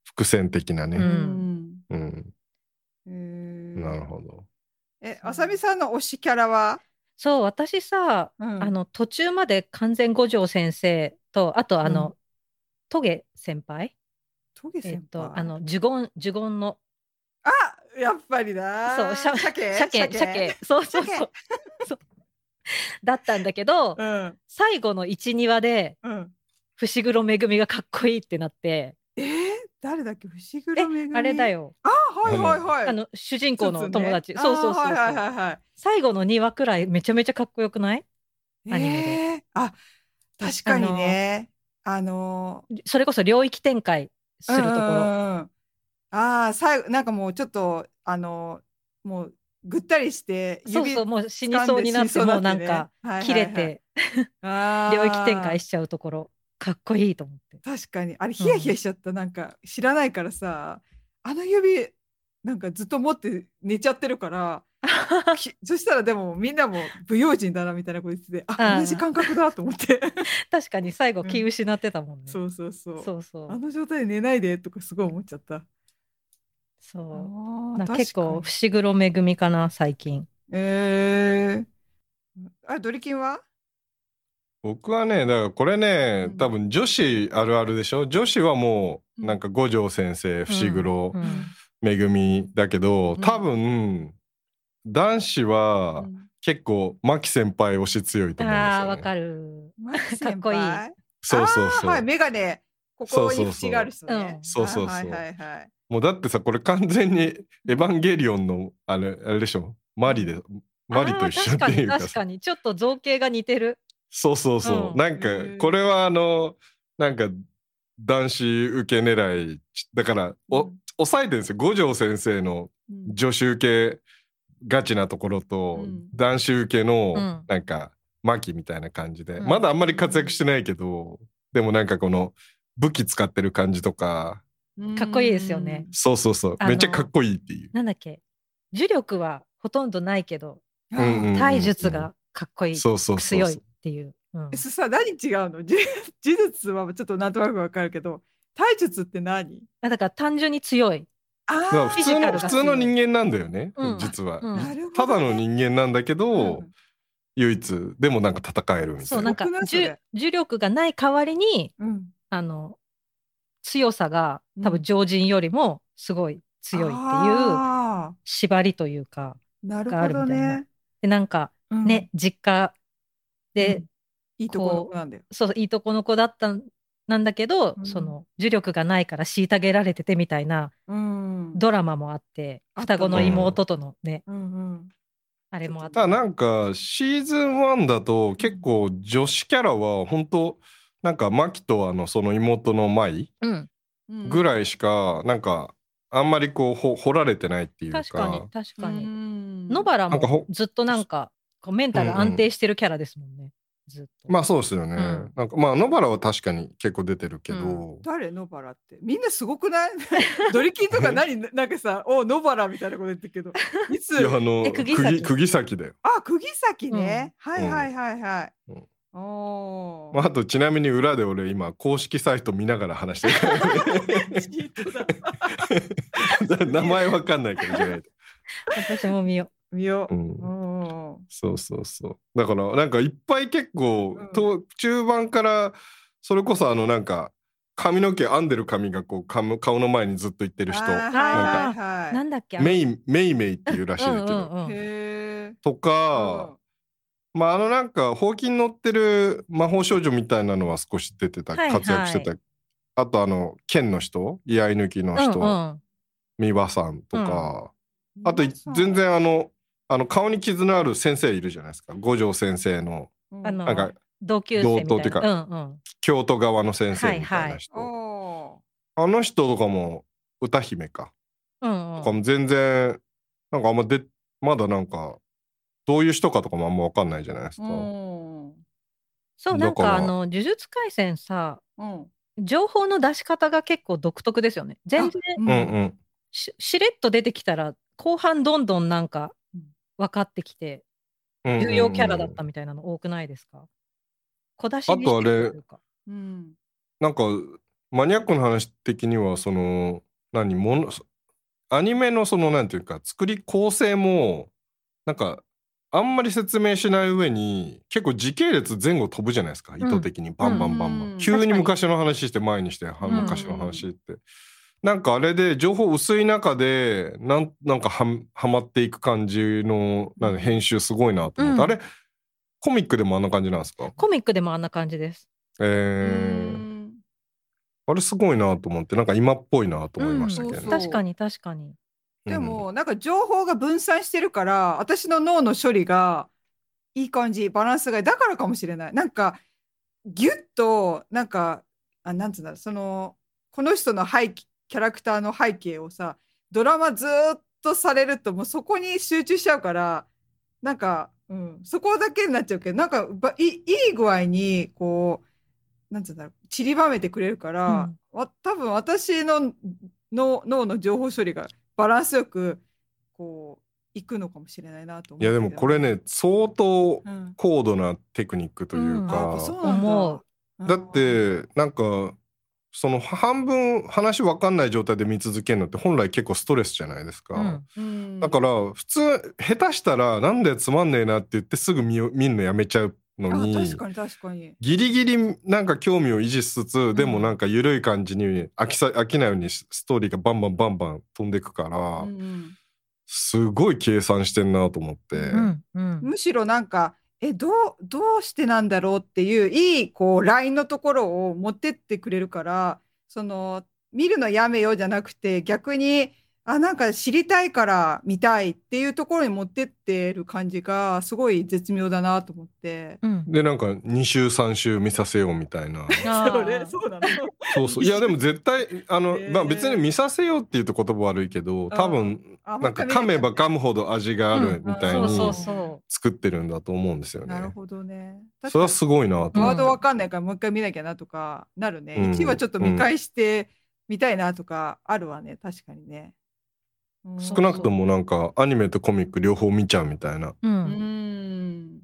Speaker 3: 伏線的な
Speaker 1: う
Speaker 3: ね。
Speaker 1: ん
Speaker 3: うん、
Speaker 1: うん
Speaker 3: なるほど。
Speaker 1: え、あさみさんの推しキャラは、
Speaker 2: そう私さ
Speaker 1: うん
Speaker 2: あの途中まで完全五条先生とあとあ
Speaker 1: う
Speaker 2: のトゲ先輩
Speaker 1: トゲ
Speaker 2: えっ
Speaker 1: 先輩
Speaker 2: とあの呪言呪言の
Speaker 1: あやっぱりだ
Speaker 2: そうしゃ
Speaker 1: 鮭
Speaker 2: 鮭鮭そうそうそ
Speaker 1: 鮭
Speaker 2: うそうだったんだけど
Speaker 1: うん
Speaker 2: 最後の12話で
Speaker 1: うん
Speaker 2: 伏黒恵がかっこいいってなって
Speaker 1: えー、誰だっけ伏黒めぐみ
Speaker 2: あれだよ。
Speaker 1: あはいはいはい
Speaker 2: あの、主人公の友達。
Speaker 1: つつね
Speaker 2: そうそうそうそ
Speaker 1: あ
Speaker 2: う、
Speaker 1: ーはいはいはいはい
Speaker 2: 最後の2話くらいめちゃめちゃかっこよくないアニメで
Speaker 1: えーあ確かにねあの
Speaker 2: それこそ領域展開す
Speaker 1: ー
Speaker 2: るとこ
Speaker 1: うんうんう
Speaker 2: ろ。
Speaker 1: んうんああ最後なんかもうちょっとあのもうぐったりして
Speaker 2: そう
Speaker 1: 指
Speaker 2: そう、もう死にそうになって、
Speaker 1: 掴
Speaker 2: もうんな
Speaker 1: で
Speaker 2: ん
Speaker 1: 死にそうになっ
Speaker 2: か
Speaker 1: てねはいはいはい
Speaker 2: 切れて、領域展開
Speaker 1: し
Speaker 2: しちゃうところ、かっこいいと 思って。
Speaker 1: 確かにあれヒヤヒヤしちゃった、なんか知らないからさあの指なんかずっと持って寝ちゃってるからきそしたらでもみんなも不用心だなみたいなこと言ってて
Speaker 2: あー
Speaker 1: あ同じ感覚だと思って
Speaker 2: 確かに最後
Speaker 1: うん
Speaker 2: 気失ってたもんね。
Speaker 1: そうそうそう
Speaker 2: そうそう
Speaker 1: あの状態で寝ないでとかすごい思っちゃった
Speaker 2: そう
Speaker 1: あ
Speaker 2: なんか結構
Speaker 1: 確か
Speaker 2: 伏黒めぐみかな最近
Speaker 1: にえー、あドリキンは
Speaker 3: 僕はねだからこれね
Speaker 1: うん
Speaker 3: 多分女子あるあるでしょ女子はもう
Speaker 1: うん
Speaker 3: なんか五条先生伏黒
Speaker 2: うん
Speaker 3: めぐみだけど
Speaker 2: ん
Speaker 3: 多分男子は結構牧先輩推し強いと思うんです
Speaker 2: あー
Speaker 3: よ、
Speaker 2: わ
Speaker 3: ね。
Speaker 2: かる
Speaker 1: か
Speaker 2: かっこいい
Speaker 3: そうそう
Speaker 1: あー
Speaker 3: そう、
Speaker 1: はいメガネここに縁がある人ね
Speaker 3: そうそうそ
Speaker 1: は
Speaker 3: ううん
Speaker 1: いはいはい
Speaker 3: もうだってさこれ完全に「エヴァンゲリオンの」あれあれでしょマリでマリと一緒
Speaker 2: あー
Speaker 3: ってい
Speaker 2: 確かに
Speaker 3: うか
Speaker 2: 確か
Speaker 3: さ
Speaker 2: にちょっと造形が似てる
Speaker 3: そうそうそう、
Speaker 2: うん
Speaker 3: なんか
Speaker 1: うん
Speaker 3: これはあのなんか男子受け狙いだからお、
Speaker 1: うん
Speaker 3: 抑えてるんですよ五条先生の
Speaker 1: うん
Speaker 3: 女子受けガチなところと、
Speaker 1: うん
Speaker 3: 男子受け
Speaker 2: う
Speaker 3: の
Speaker 2: ん
Speaker 3: なんかマキみたいな感じで、
Speaker 2: うん
Speaker 3: まだあんまり活躍してないけどでもなんかこの武器使ってる感じとか
Speaker 2: かっこいいですよね
Speaker 3: そうそうそう
Speaker 2: あの
Speaker 3: めっちゃかっこいいっていう。
Speaker 2: なんだっけ呪力はほとんどないけど
Speaker 1: うん
Speaker 3: うんうんうん
Speaker 2: 体術がかっこいい、
Speaker 3: そうそうそう
Speaker 2: 強
Speaker 3: そう
Speaker 2: いっていう、うん
Speaker 1: えそさ何違うの 呪呪術はちょっとなんとなくわかるけど体術って何
Speaker 2: あだから単純に強い
Speaker 3: だから
Speaker 1: あ
Speaker 3: 普
Speaker 2: フィ
Speaker 3: 通
Speaker 2: ジカル
Speaker 3: の
Speaker 2: が
Speaker 3: 普
Speaker 2: 強い
Speaker 3: 通の人間なんだよね、
Speaker 2: うん
Speaker 3: 実は、
Speaker 2: うん
Speaker 1: なるほどね
Speaker 3: ただの人間なんだけど、
Speaker 1: うん
Speaker 3: 唯一でもなんか戦えるみた
Speaker 2: そう
Speaker 3: い
Speaker 2: なん
Speaker 3: な
Speaker 2: か
Speaker 1: すごくないそ
Speaker 2: 呪
Speaker 1: れ
Speaker 2: 呪力がない代わりに
Speaker 1: うん
Speaker 2: あの強さが多
Speaker 1: う
Speaker 2: 分
Speaker 1: ん
Speaker 2: 常人よりもすごい強いっていう
Speaker 1: あ
Speaker 2: 縛りというか
Speaker 1: ーなるほど
Speaker 2: がある
Speaker 1: ね、
Speaker 2: でなんか
Speaker 1: うん
Speaker 2: ね、実家で、
Speaker 1: うんいいところなんだよ
Speaker 2: そういいとこの子だったんなんだけど、
Speaker 1: うん
Speaker 2: その呪力がないから虐げられててみたいな
Speaker 1: うん
Speaker 2: ドラマもあって、
Speaker 1: あったね
Speaker 2: 双子の妹とのね、
Speaker 1: うんうん
Speaker 2: あれもあっ
Speaker 3: だから
Speaker 2: て
Speaker 3: なんかシーズン1だと結構女子キャラは本当なんかマキとあのその妹の舞
Speaker 2: うん、
Speaker 1: うん
Speaker 3: ぐらいしかなんかあんまりこうほ掘られてないっていうか
Speaker 2: 確かに確かに、
Speaker 1: に
Speaker 2: 野原
Speaker 3: なんか
Speaker 2: も
Speaker 3: ほ
Speaker 2: ずっとなんかこうメンタルが安定してるキャラですもんね、ずっと、
Speaker 3: まあそうですよね、
Speaker 2: うん
Speaker 3: なんかまあ野原は確かに結構出てるけど、
Speaker 2: う
Speaker 1: 誰野原ってみんなすごくない ドリキンとか何なんかさお野原みたいなこと言ってる けどいつ
Speaker 3: いやあの
Speaker 2: え釘
Speaker 3: 釘
Speaker 2: 崎
Speaker 3: 釘釘崎だよ、
Speaker 1: あ釘崎ね、はいはいはいはい、
Speaker 3: うん
Speaker 1: お
Speaker 3: まあ、あとちなみに裏で俺今公式サイト見ながら話してる
Speaker 1: ーチートだ
Speaker 3: 名前わかんないけどじゃないと、
Speaker 2: 私も見よ
Speaker 1: 見よ
Speaker 3: う
Speaker 1: う、
Speaker 3: ん
Speaker 1: うんうん
Speaker 3: そうそうそうだからなんかいっぱい結構、
Speaker 1: うん
Speaker 3: と中盤からそれこそあのなんか髪の毛編んでる髪がこうかむ顔の前にずっといってる人
Speaker 1: あー
Speaker 2: なん
Speaker 1: はい
Speaker 2: う、
Speaker 1: はい
Speaker 2: な
Speaker 1: はい
Speaker 2: んだっけあの
Speaker 3: メイメイメイっていうらしい
Speaker 2: うん
Speaker 3: だけど、
Speaker 2: うんうん
Speaker 1: へ
Speaker 3: とか、まああのなんかほうきに乗ってる魔法少女みたいなのは少し出てた、
Speaker 2: はいはい
Speaker 3: 活躍してたあとあの剣の人居合抜きの人、
Speaker 2: うん
Speaker 3: ミバさんとか、
Speaker 1: うん
Speaker 3: あと全、然あのあの顔に傷のある先生いるじゃないですか五条先生の
Speaker 1: う
Speaker 2: あの
Speaker 3: なんか
Speaker 2: 同級生みたいな
Speaker 3: 同等っていうか
Speaker 2: うんうん、
Speaker 3: 京都側の先生みたいな人、
Speaker 1: お
Speaker 3: あの人とかも歌姫か、
Speaker 2: うんうん
Speaker 3: とかも全然なんかあんまでまだなんかどういう人かとかもあんま分かんないじゃないです
Speaker 1: ー
Speaker 3: か、
Speaker 1: うん
Speaker 2: そうなんか
Speaker 3: だから
Speaker 2: あの呪術廻戦さ
Speaker 1: うん
Speaker 2: 情報の出し方が結構独特ですよね全然
Speaker 1: う
Speaker 3: うん
Speaker 1: ん
Speaker 3: うん
Speaker 2: ししれっと出てきたら後半どんどんなんか分かってきて
Speaker 3: うんうんうん
Speaker 2: 重要キャラだったみたいなの多くないですか小出しに
Speaker 3: あとあ
Speaker 2: し
Speaker 3: れ
Speaker 2: てるいうか
Speaker 1: うん
Speaker 3: なんかマニアックな話的にはその何ものアニメのそのなんていうか作り構成もなんかあんまり説明しない上に結構時系列前後飛ぶじゃないですか意図的にバンバンバンバン、
Speaker 1: うん
Speaker 3: 急
Speaker 2: 確
Speaker 3: に
Speaker 2: かに
Speaker 3: 昔の話して前にして、は
Speaker 2: うん
Speaker 3: 昔の話ってなんかあれで情報薄い中でなんなんかははまっていく感じのなんか編集すごいなと思っ
Speaker 2: う
Speaker 3: て、
Speaker 2: ん
Speaker 3: あれコミックでもあんな感じなんですか
Speaker 2: コミックでもあんな感じです
Speaker 3: えー
Speaker 1: うん
Speaker 3: あれすごいなと思ってなんか今っぽいなと思いましたけ
Speaker 1: うん
Speaker 3: ど、
Speaker 1: そう
Speaker 2: 確かに確かに。
Speaker 1: でもなんか情報が分散してるから私の脳の処理がいい感じバランスがいいだからかもしれないなんかギュッとなんかあなんつうんだろうそのこの人の背景キャラクターの背景をさドラマずーっとされるともうそこに集中しちゃうからなんか、うん、そこだけになっちゃうけどなんかばいいい具合にこうなんつうんだろう散りばめてくれるから、わ多分私のの脳の情報処理がバランスよくこういくのかもしれないなと思う
Speaker 3: い
Speaker 1: け
Speaker 3: や
Speaker 1: ど
Speaker 3: でもこれ、ね相当
Speaker 1: うん、
Speaker 3: 高度なテクニックという
Speaker 1: あや
Speaker 3: か、
Speaker 1: っぱそうなんだ
Speaker 2: 思う。
Speaker 1: うん
Speaker 3: だってなんかその半分話分かんない状態で見続けるのって本来結構ストレスじゃないですか、
Speaker 1: う
Speaker 2: うん
Speaker 1: ん
Speaker 3: だから普通下手したらなんでつまんねえなって言ってすぐ見よ見んのやめちゃうの
Speaker 1: あ
Speaker 3: に
Speaker 1: 確かに確かに
Speaker 3: ギリギリなんか興味を維持しつつ、でも
Speaker 1: うん
Speaker 3: なんか緩い感じに飽きさ飽きないようにスストーリーがバンバンバンバン飛んでくから、
Speaker 1: うん
Speaker 3: すごい計算してんなと思って、
Speaker 2: うんうん。
Speaker 1: むしろなんかえどうどうしてなんだろうっていういいこうラインのところを持ってってくれるからその見るのやめようじゃなくて逆にあなんか知りたいから見たいっていうところに持ってってる感じがすごい絶妙だなと思って。
Speaker 2: うん。
Speaker 3: でなんか2週3週見させようみたいな
Speaker 2: あー
Speaker 1: うなの
Speaker 3: そうそういやでも絶対あの、
Speaker 1: へー
Speaker 3: まあ、別に見させようって言うと言葉悪いけど多分
Speaker 1: あ
Speaker 3: なんか噛めば噛むほど味があるみたい
Speaker 2: そうそ
Speaker 3: に
Speaker 2: うそ
Speaker 3: 作ってるんだと思うんですよね
Speaker 1: な。るほどね。確
Speaker 3: それは
Speaker 1: かに
Speaker 3: すごいなと思
Speaker 1: ワ
Speaker 3: っ
Speaker 1: ー
Speaker 3: て、
Speaker 1: ドわかんないからもう一回見なきゃなとかなるね。
Speaker 3: うん
Speaker 1: 1話ちょっと見返してみたいなとかあるわね、確かにね。うん
Speaker 2: 少
Speaker 3: 少なくともなんかアニメとコミック両方見ちゃうみたいな
Speaker 2: う。う。
Speaker 1: うんん。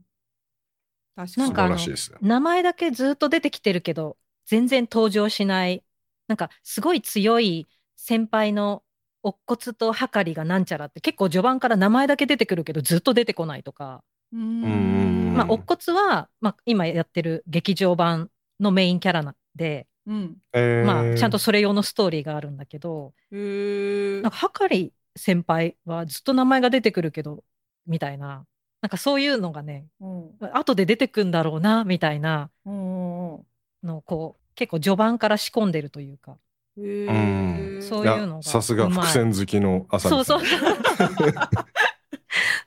Speaker 1: 確か
Speaker 2: な
Speaker 3: 素
Speaker 1: に。
Speaker 2: んかあ
Speaker 3: 晴
Speaker 2: の
Speaker 3: らしいですよ。
Speaker 2: 名前だけずっと出てきてるけど、全然登場しない。なんかすごい強い先輩の乙骨とはかりがなんちゃらって結構序盤から名前だけ出てくるけどずっと出てこないとか、
Speaker 1: う
Speaker 3: うん
Speaker 1: ん
Speaker 2: まあ乙骨は、まあ、今やってる劇場版のメインキャラなで、
Speaker 1: うん。
Speaker 3: えー
Speaker 2: まあ、ちゃんとそれ用のストーリーがあるんだけど、
Speaker 1: へー
Speaker 2: なんか、はかり先輩はずっと名前が出てくるけど、みたいな。なんかそういうのがね、
Speaker 1: うん
Speaker 2: 後で出てくんだろうな、みたいな
Speaker 1: うんうん
Speaker 2: のをこう、結構序盤から仕込んでるというか。
Speaker 1: うん。へ
Speaker 3: う
Speaker 1: ー
Speaker 3: ん
Speaker 2: そういう
Speaker 3: いや
Speaker 2: のが
Speaker 3: さすが
Speaker 2: うまい
Speaker 3: 伏線好きの朝
Speaker 2: そう
Speaker 3: 日さ
Speaker 2: そ
Speaker 3: ん
Speaker 2: う。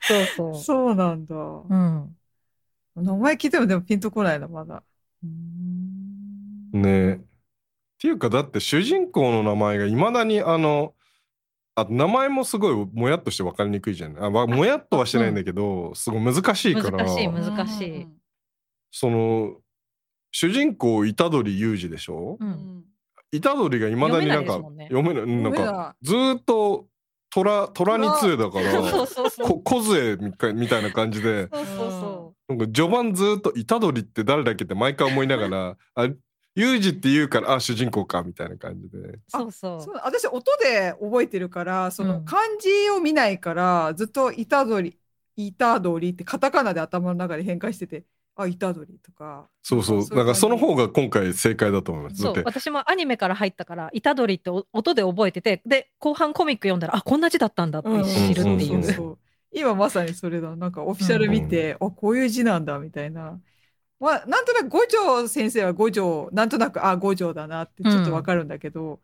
Speaker 2: そうそう。
Speaker 1: そうなんだ。
Speaker 2: うん。
Speaker 1: 名前聞いてもでもピンとこないな、まだ。
Speaker 3: ねえっていうかだって主人公の名前がいまだにあのあ名前もすごいもやっとして分かりにくいじゃないあ、まあ、もやっとはしてないんだけど、すごい難しいから
Speaker 2: 難しい難しい
Speaker 3: その主人公虎杖裕二でしょ、
Speaker 2: うん。
Speaker 3: 虎杖がいまだになんか
Speaker 2: 読めないです
Speaker 3: 読めない
Speaker 1: うん。
Speaker 3: なんか
Speaker 1: か、
Speaker 3: ずーっと虎虎に杖だから
Speaker 2: そうそうそう。
Speaker 3: こ小杖みたいみたいな感じで
Speaker 2: そうそうそ
Speaker 3: なんか序盤ずーっと虎杖って誰だっけって毎回思いながらあ裕二って言うからあ主人公かみたいな感じで
Speaker 2: う。そうそう。
Speaker 1: そう私音で覚えてるからそうの
Speaker 2: ん
Speaker 1: 漢字を見ないから、ずっと「いたどり」「いたどり」ってカタカナで頭の中で変換してて「あいたどり」とか
Speaker 3: そうそう
Speaker 1: い
Speaker 3: なんかその方
Speaker 1: 感
Speaker 3: が今回正解だと思いますだ
Speaker 2: そ
Speaker 3: っ
Speaker 2: う
Speaker 3: て
Speaker 2: 私もアニメから入ったから「虎杖」ってお音で覚えててで後半コミック読んだらあこんな字だったんだって
Speaker 1: じ
Speaker 2: 知るってい
Speaker 3: うん
Speaker 2: う
Speaker 3: そうそうそう
Speaker 1: 今まさにそれだなんかオフィシャル見て、あこういう字なんだみたいな、まあ、なんとなく五条先生は五条なんとなくあ五条だなってちょっとわかるんだけど、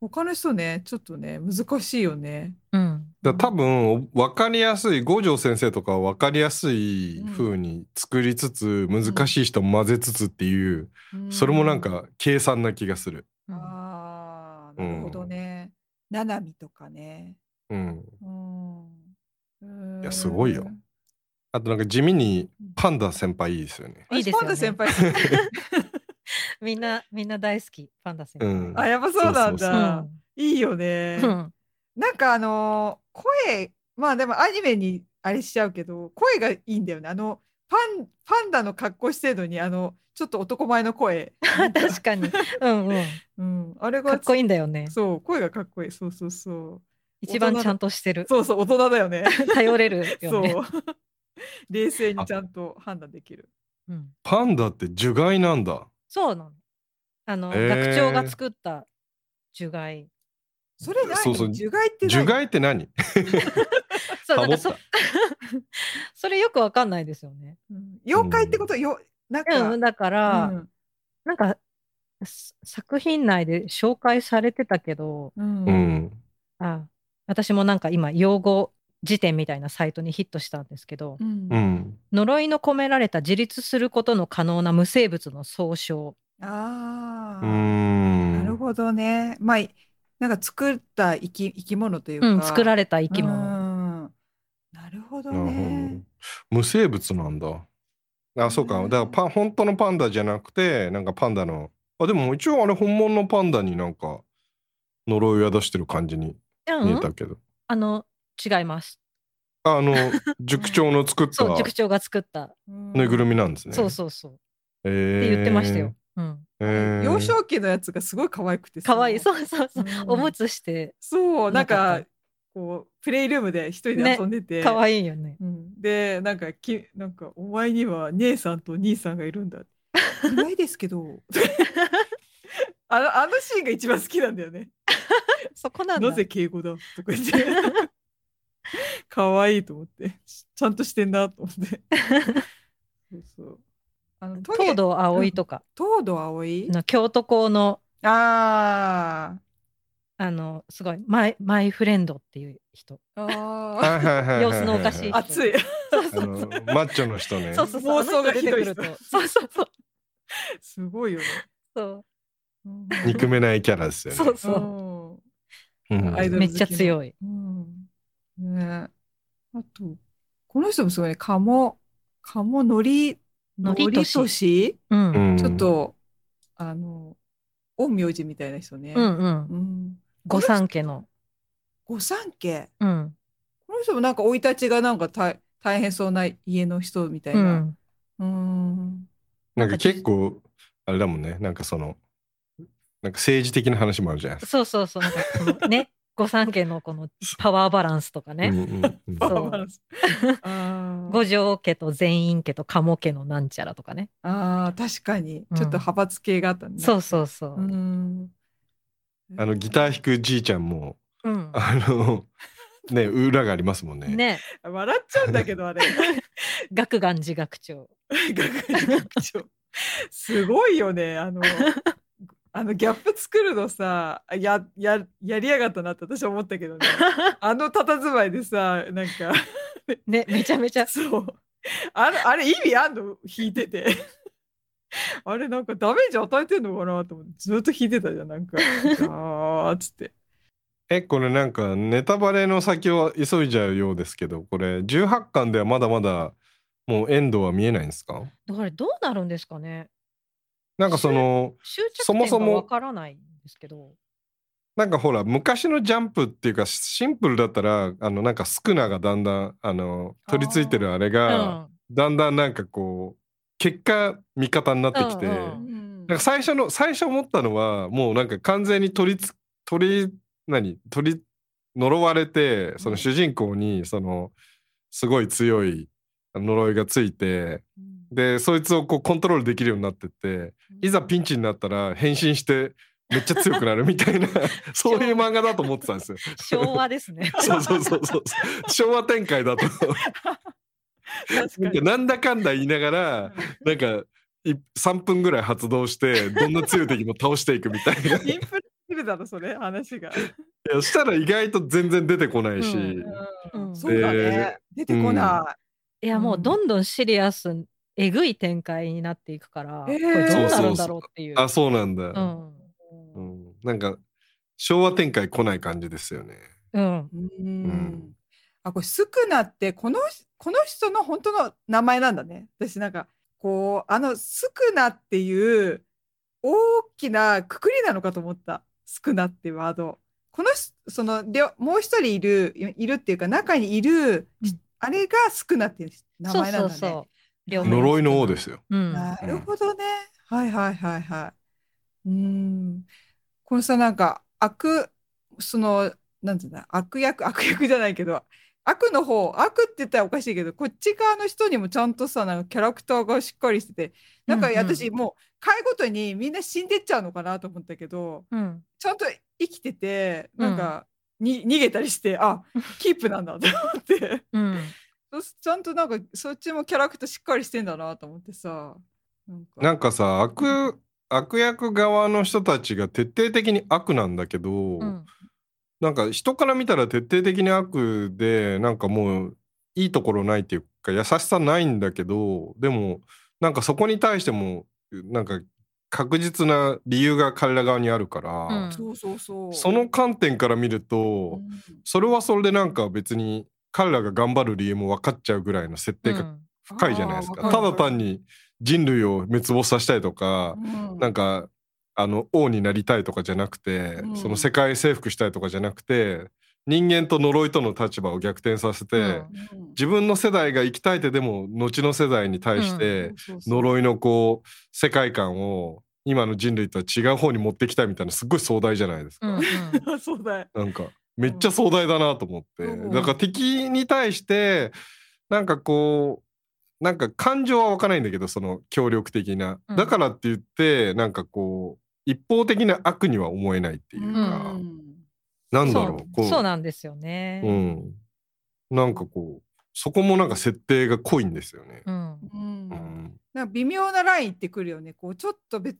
Speaker 1: 他の人ねちょっとね難しいよね。
Speaker 2: うん
Speaker 3: だから多分分かりやすい五条先生とかは分かりやすい風に作りつつ、難しい人も混ぜつつっていう、それもなんか計算な気がする。
Speaker 2: うん
Speaker 1: あー
Speaker 3: うん
Speaker 1: なるほどね。ななみとかね。
Speaker 3: うん、
Speaker 1: うん。
Speaker 3: いやすごいよあとなんか地味にパンダ先輩いいですよね。
Speaker 1: 私。
Speaker 2: いいですよね
Speaker 1: パンダ先輩。
Speaker 2: みんなみんな大好きパンダ先
Speaker 3: う
Speaker 2: 輩
Speaker 3: ん、
Speaker 1: あ、やっぱそうなん
Speaker 3: そう
Speaker 1: だ。いいよね
Speaker 2: う。ん
Speaker 1: なんかあのー声、まあでもアニメにあれしちゃうけど、声がいいんだよね。あの、パン、パンダの格好してるのに、あの、ちょっと男前の声。
Speaker 2: 確かに、うん うん、
Speaker 1: うん。あれ
Speaker 2: か
Speaker 1: が、
Speaker 2: っこいいんだよね
Speaker 1: そう、声がかっこいい。そうそうそう。
Speaker 2: 一番ちゃんとしてる
Speaker 1: そうそう、大人だよね。
Speaker 2: 頼れる
Speaker 1: そ
Speaker 2: よ
Speaker 1: う
Speaker 2: ね。
Speaker 1: 冷静にちゃんと判断できる。
Speaker 2: そう,、ん、
Speaker 3: パンダって樹害なんだ。
Speaker 2: そうなのあの、
Speaker 3: へー
Speaker 2: 学長が作った樹害
Speaker 1: それ何
Speaker 3: そうそう
Speaker 1: 樹害って
Speaker 3: 樹
Speaker 1: 何
Speaker 3: 害って何？
Speaker 2: そう
Speaker 3: サ
Speaker 2: だから
Speaker 3: ボった
Speaker 2: そ それよくわかんないですよね
Speaker 1: うん妖怪ってことよ、なんか、
Speaker 2: うんだか
Speaker 1: う
Speaker 2: ら、
Speaker 1: ん
Speaker 2: なんかす作品内で紹介されてたけど、
Speaker 1: うん
Speaker 3: う
Speaker 1: うん
Speaker 3: ん。
Speaker 2: あ私もなんか今、用語辞典みたいなサイトにヒットしたんですけど、
Speaker 3: うん。
Speaker 2: 呪いの込められた自立することの可能な無生物の総称。
Speaker 1: あ
Speaker 3: う
Speaker 1: あ、
Speaker 3: ん。
Speaker 1: なるほどね。まあいなんか作った生き生き物という
Speaker 2: うん、
Speaker 1: か
Speaker 2: 作ら
Speaker 1: れ
Speaker 2: れた生き物。
Speaker 1: なるほど
Speaker 3: なるほど
Speaker 1: ね。
Speaker 3: 無生物なんだ。あ、そうか。だからパン本当のパンダじゃなくて、なんかパンダの。あ、でも一応あれ本物のパンダになんか呪いを宿してる感じに
Speaker 2: う
Speaker 3: 見え
Speaker 2: ん、
Speaker 3: たけど。
Speaker 2: あの、違います。
Speaker 3: あの塾長の作っ
Speaker 2: そう、塾
Speaker 3: た
Speaker 2: 長が作った。
Speaker 3: ぬいぐる
Speaker 1: み。
Speaker 3: みなんですね。
Speaker 2: そうそうそう。
Speaker 3: え
Speaker 2: っ
Speaker 3: ー
Speaker 2: て言ってましたよ。。うん。
Speaker 3: えー
Speaker 1: 幼少期のやつがすごい可愛くて
Speaker 2: かわいい。
Speaker 1: そ
Speaker 2: そうそうそう。
Speaker 1: うん
Speaker 2: おむつして、
Speaker 1: そうなん
Speaker 2: なかっ
Speaker 1: かこうプレイルームで一人で遊んでて、
Speaker 2: かわいいよね。
Speaker 1: うん、でなんかきなんかお前には姉さんと兄さんがいるんだ。いないですけど。あのあのシーンが一番好きなんだよね。
Speaker 2: そこなんだ。
Speaker 1: なぜ敬語だとか言って。 可愛いと思って。ちゃんとしてんなと思って。そうそう。あの、
Speaker 2: 東堂葵とか
Speaker 1: 東堂葵
Speaker 2: の京都校の、
Speaker 1: あー
Speaker 2: あの、すごい、マイマイフレンドっていう人。
Speaker 1: あ
Speaker 3: はいはいはいはいはい
Speaker 2: 様子のおかしい
Speaker 1: ー。 熱い。
Speaker 2: そう
Speaker 3: あ
Speaker 2: そう
Speaker 3: のマッチョの人ね。
Speaker 2: そうそうそう。
Speaker 1: 妄想が
Speaker 2: あの人
Speaker 1: ひ
Speaker 2: 出
Speaker 1: ど
Speaker 2: て
Speaker 1: い
Speaker 2: くる
Speaker 1: 人
Speaker 2: と。そうそうそう。
Speaker 1: すごいよね。
Speaker 2: そう
Speaker 1: うん
Speaker 3: 憎めないキャラですよね。
Speaker 2: そうそう。
Speaker 3: うん
Speaker 1: アイドル
Speaker 2: めっちゃ強い。
Speaker 1: うん。うん。ねあと、この人もすごいね。鴨、鴨のり、
Speaker 2: のりとし
Speaker 1: のりとし
Speaker 2: うん。う
Speaker 3: うんん
Speaker 1: ちょっと、あの、陰陽師みたいな人ね。
Speaker 2: うん。
Speaker 1: うん。
Speaker 2: 御三家の。
Speaker 1: 御三家。
Speaker 2: うん。
Speaker 1: この人もなんか生い立ちがなんか大大変そうな家の人みたいうな。
Speaker 2: ん。
Speaker 1: うーん。
Speaker 3: なんか結構あれだもんね。なんかそのなんか政治的な話もあるじゃないです
Speaker 2: そうそうそう。なんかこのね、 御三家のこのパワーバランスとか
Speaker 3: か。
Speaker 2: ね。
Speaker 3: うんうんうん
Speaker 2: そう
Speaker 1: あー
Speaker 2: 五条家と全員家と鴨家のなんちゃらとかね。
Speaker 1: あー、確かに
Speaker 2: う。ん
Speaker 1: ちょっと派閥系があったね。
Speaker 2: そうそうそう
Speaker 1: うー。ん。
Speaker 3: あのギター弾くじいちゃんも
Speaker 2: うん。
Speaker 3: あ のね裏がありますもんね。
Speaker 2: ね、
Speaker 1: 笑っちゃうんだけど、あれ。
Speaker 2: 学願寺学長。
Speaker 1: 学園学長 すごいよね。あの、あのギャップ作るのさ、や、や、やりやがったなって私は思ったけどね。あの佇まいでさ、なんか。
Speaker 2: ね、めちゃめちゃ。
Speaker 1: そう。あれ、あれ意味あんの弾いてて。 あれ、なんかダメージ与えてんのかなと思って、ずっと弾いてたじゃん、なんか。あーっつって。
Speaker 3: えこれなんかネタバレの先を急いじゃうようですけどこれ18巻ではまだまだもうエンドは見えないんですか
Speaker 2: これどうなるんですかね。
Speaker 3: なんかその
Speaker 2: 執着
Speaker 3: そもそ
Speaker 2: 点が
Speaker 3: も
Speaker 2: わからないんですけど。
Speaker 3: なんかほら昔のジャンプっていうかシンプルだったらあのなんかスクナがだんだんあの取り付いてるあれ
Speaker 2: う
Speaker 3: が
Speaker 2: ん。
Speaker 3: だんだんなんかこう結果味方になってきて
Speaker 2: うんう
Speaker 3: なんんか最初の最初思ったのはもうなんか完全に取りつ取り何取り呪われてその主人公にそのすごい強い呪いがついてでそいつをこうコントロールできるようになってっていざピンチになったら変身してめっちゃ強くなるみたいなそういう漫画だと思ってたんですよ。。
Speaker 2: 昭和ですね
Speaker 3: そうそうそうそう昭和展開だと
Speaker 1: 確かに。
Speaker 3: なんだかんだ言いながらなんかい3分ぐらい発動してどんな強い敵も倒していくみたいな い
Speaker 1: インプレするだろ、それ、話が。
Speaker 3: やしたら意外と全然出てこないし、
Speaker 2: うんうん
Speaker 1: そうだね。出てこない
Speaker 2: や、もうどんどんシリアス、えぐい展開になっていくから、こ
Speaker 1: えー
Speaker 2: れどうなるんだろうっていう。
Speaker 3: あそうなんだ、
Speaker 2: うん。
Speaker 3: うんなんか昭和展開来ない感じですよね。
Speaker 2: うん。
Speaker 1: い。うん
Speaker 3: ん
Speaker 1: あ、これ、スクナって、この、この人の本当の名前なんだね。私、なんか、こう、あの、スクナっていう大きなくくりなのかと思った。スクナってワード。このし、その、りょもう一人いる、いるっていうか、中にいる、
Speaker 2: うん
Speaker 1: あれがスクナっていう名
Speaker 2: そう
Speaker 1: 前なん
Speaker 2: そ
Speaker 1: だ
Speaker 2: う
Speaker 1: ね。
Speaker 2: そう。。
Speaker 3: 呪いの王ですすよ。
Speaker 2: うん。
Speaker 1: なるほどね。はいはいはいはい。うーん。このさ、なんか、悪、その、なんていうんだ、悪役、悪役じゃないけど、悪の方、悪って言ったらおかしいけど、こっち側の人にもちゃんとさ、なんかキャラクターがしっかりしてて、なんか
Speaker 2: うんうん
Speaker 1: 私、もう、回ごとにみんな死んでっちゃうのかなと思ったけど、
Speaker 2: うん。
Speaker 1: ちゃんと生きてて、なんか、に逃げたりして、あ、キープなんだと思って。
Speaker 2: うん。
Speaker 1: そうすちゃんとなんか、そっちもキャラクターしっかりしてんだなと思ってさ、なんか。
Speaker 3: なんかさ悪悪役側の人たちが徹底的に悪なんだけど、
Speaker 2: うん
Speaker 3: なんか人から見たら徹底的に悪でなんかもういいところないっていうか優しさないんだけどでもなんかそこに対してもなんか確実な理由が彼ら側にあるから、
Speaker 2: うん
Speaker 1: そうそうそう。
Speaker 3: その観点から見ると、それはそれでなんか別に彼らが頑張る理由も分かっちゃうぐらいの設定
Speaker 2: う
Speaker 3: が
Speaker 2: ん
Speaker 3: 深いじゃないですか、
Speaker 2: あー
Speaker 3: た
Speaker 2: わ
Speaker 3: だ単に人類を滅亡させたいとか、な
Speaker 1: か
Speaker 3: んかあの王になりたいとかじゃなくて、
Speaker 1: うん
Speaker 3: その世界征服したいとかじゃなくて人間と呪いとの立場を逆転させて、
Speaker 2: うん
Speaker 3: 自分の世代が生きたいってでも後の世代に対して
Speaker 1: い。
Speaker 3: 呪いのこう世界観を今の人類とは違う方に持ってきたいみたいなすっごい壮大じゃないです
Speaker 2: う
Speaker 3: か。
Speaker 2: んうん
Speaker 1: そうだよ。
Speaker 3: なんかめっちゃ壮大だなと思って、
Speaker 1: うん
Speaker 3: だから敵に対してなんかこうなんか感情は湧かないんだけどその協力的な、
Speaker 2: うん
Speaker 3: だからって言ってなんかこう一方的な悪には思えないっていうか、
Speaker 1: うん
Speaker 3: なんだ
Speaker 2: そ
Speaker 3: ろうこ
Speaker 2: うそうなんですよね。
Speaker 3: うん、なんかこうそこもなんか設定が濃いんですよね。
Speaker 2: うん
Speaker 1: うん
Speaker 3: うん
Speaker 1: なんか微妙なラインってくるよね。こうちょっと別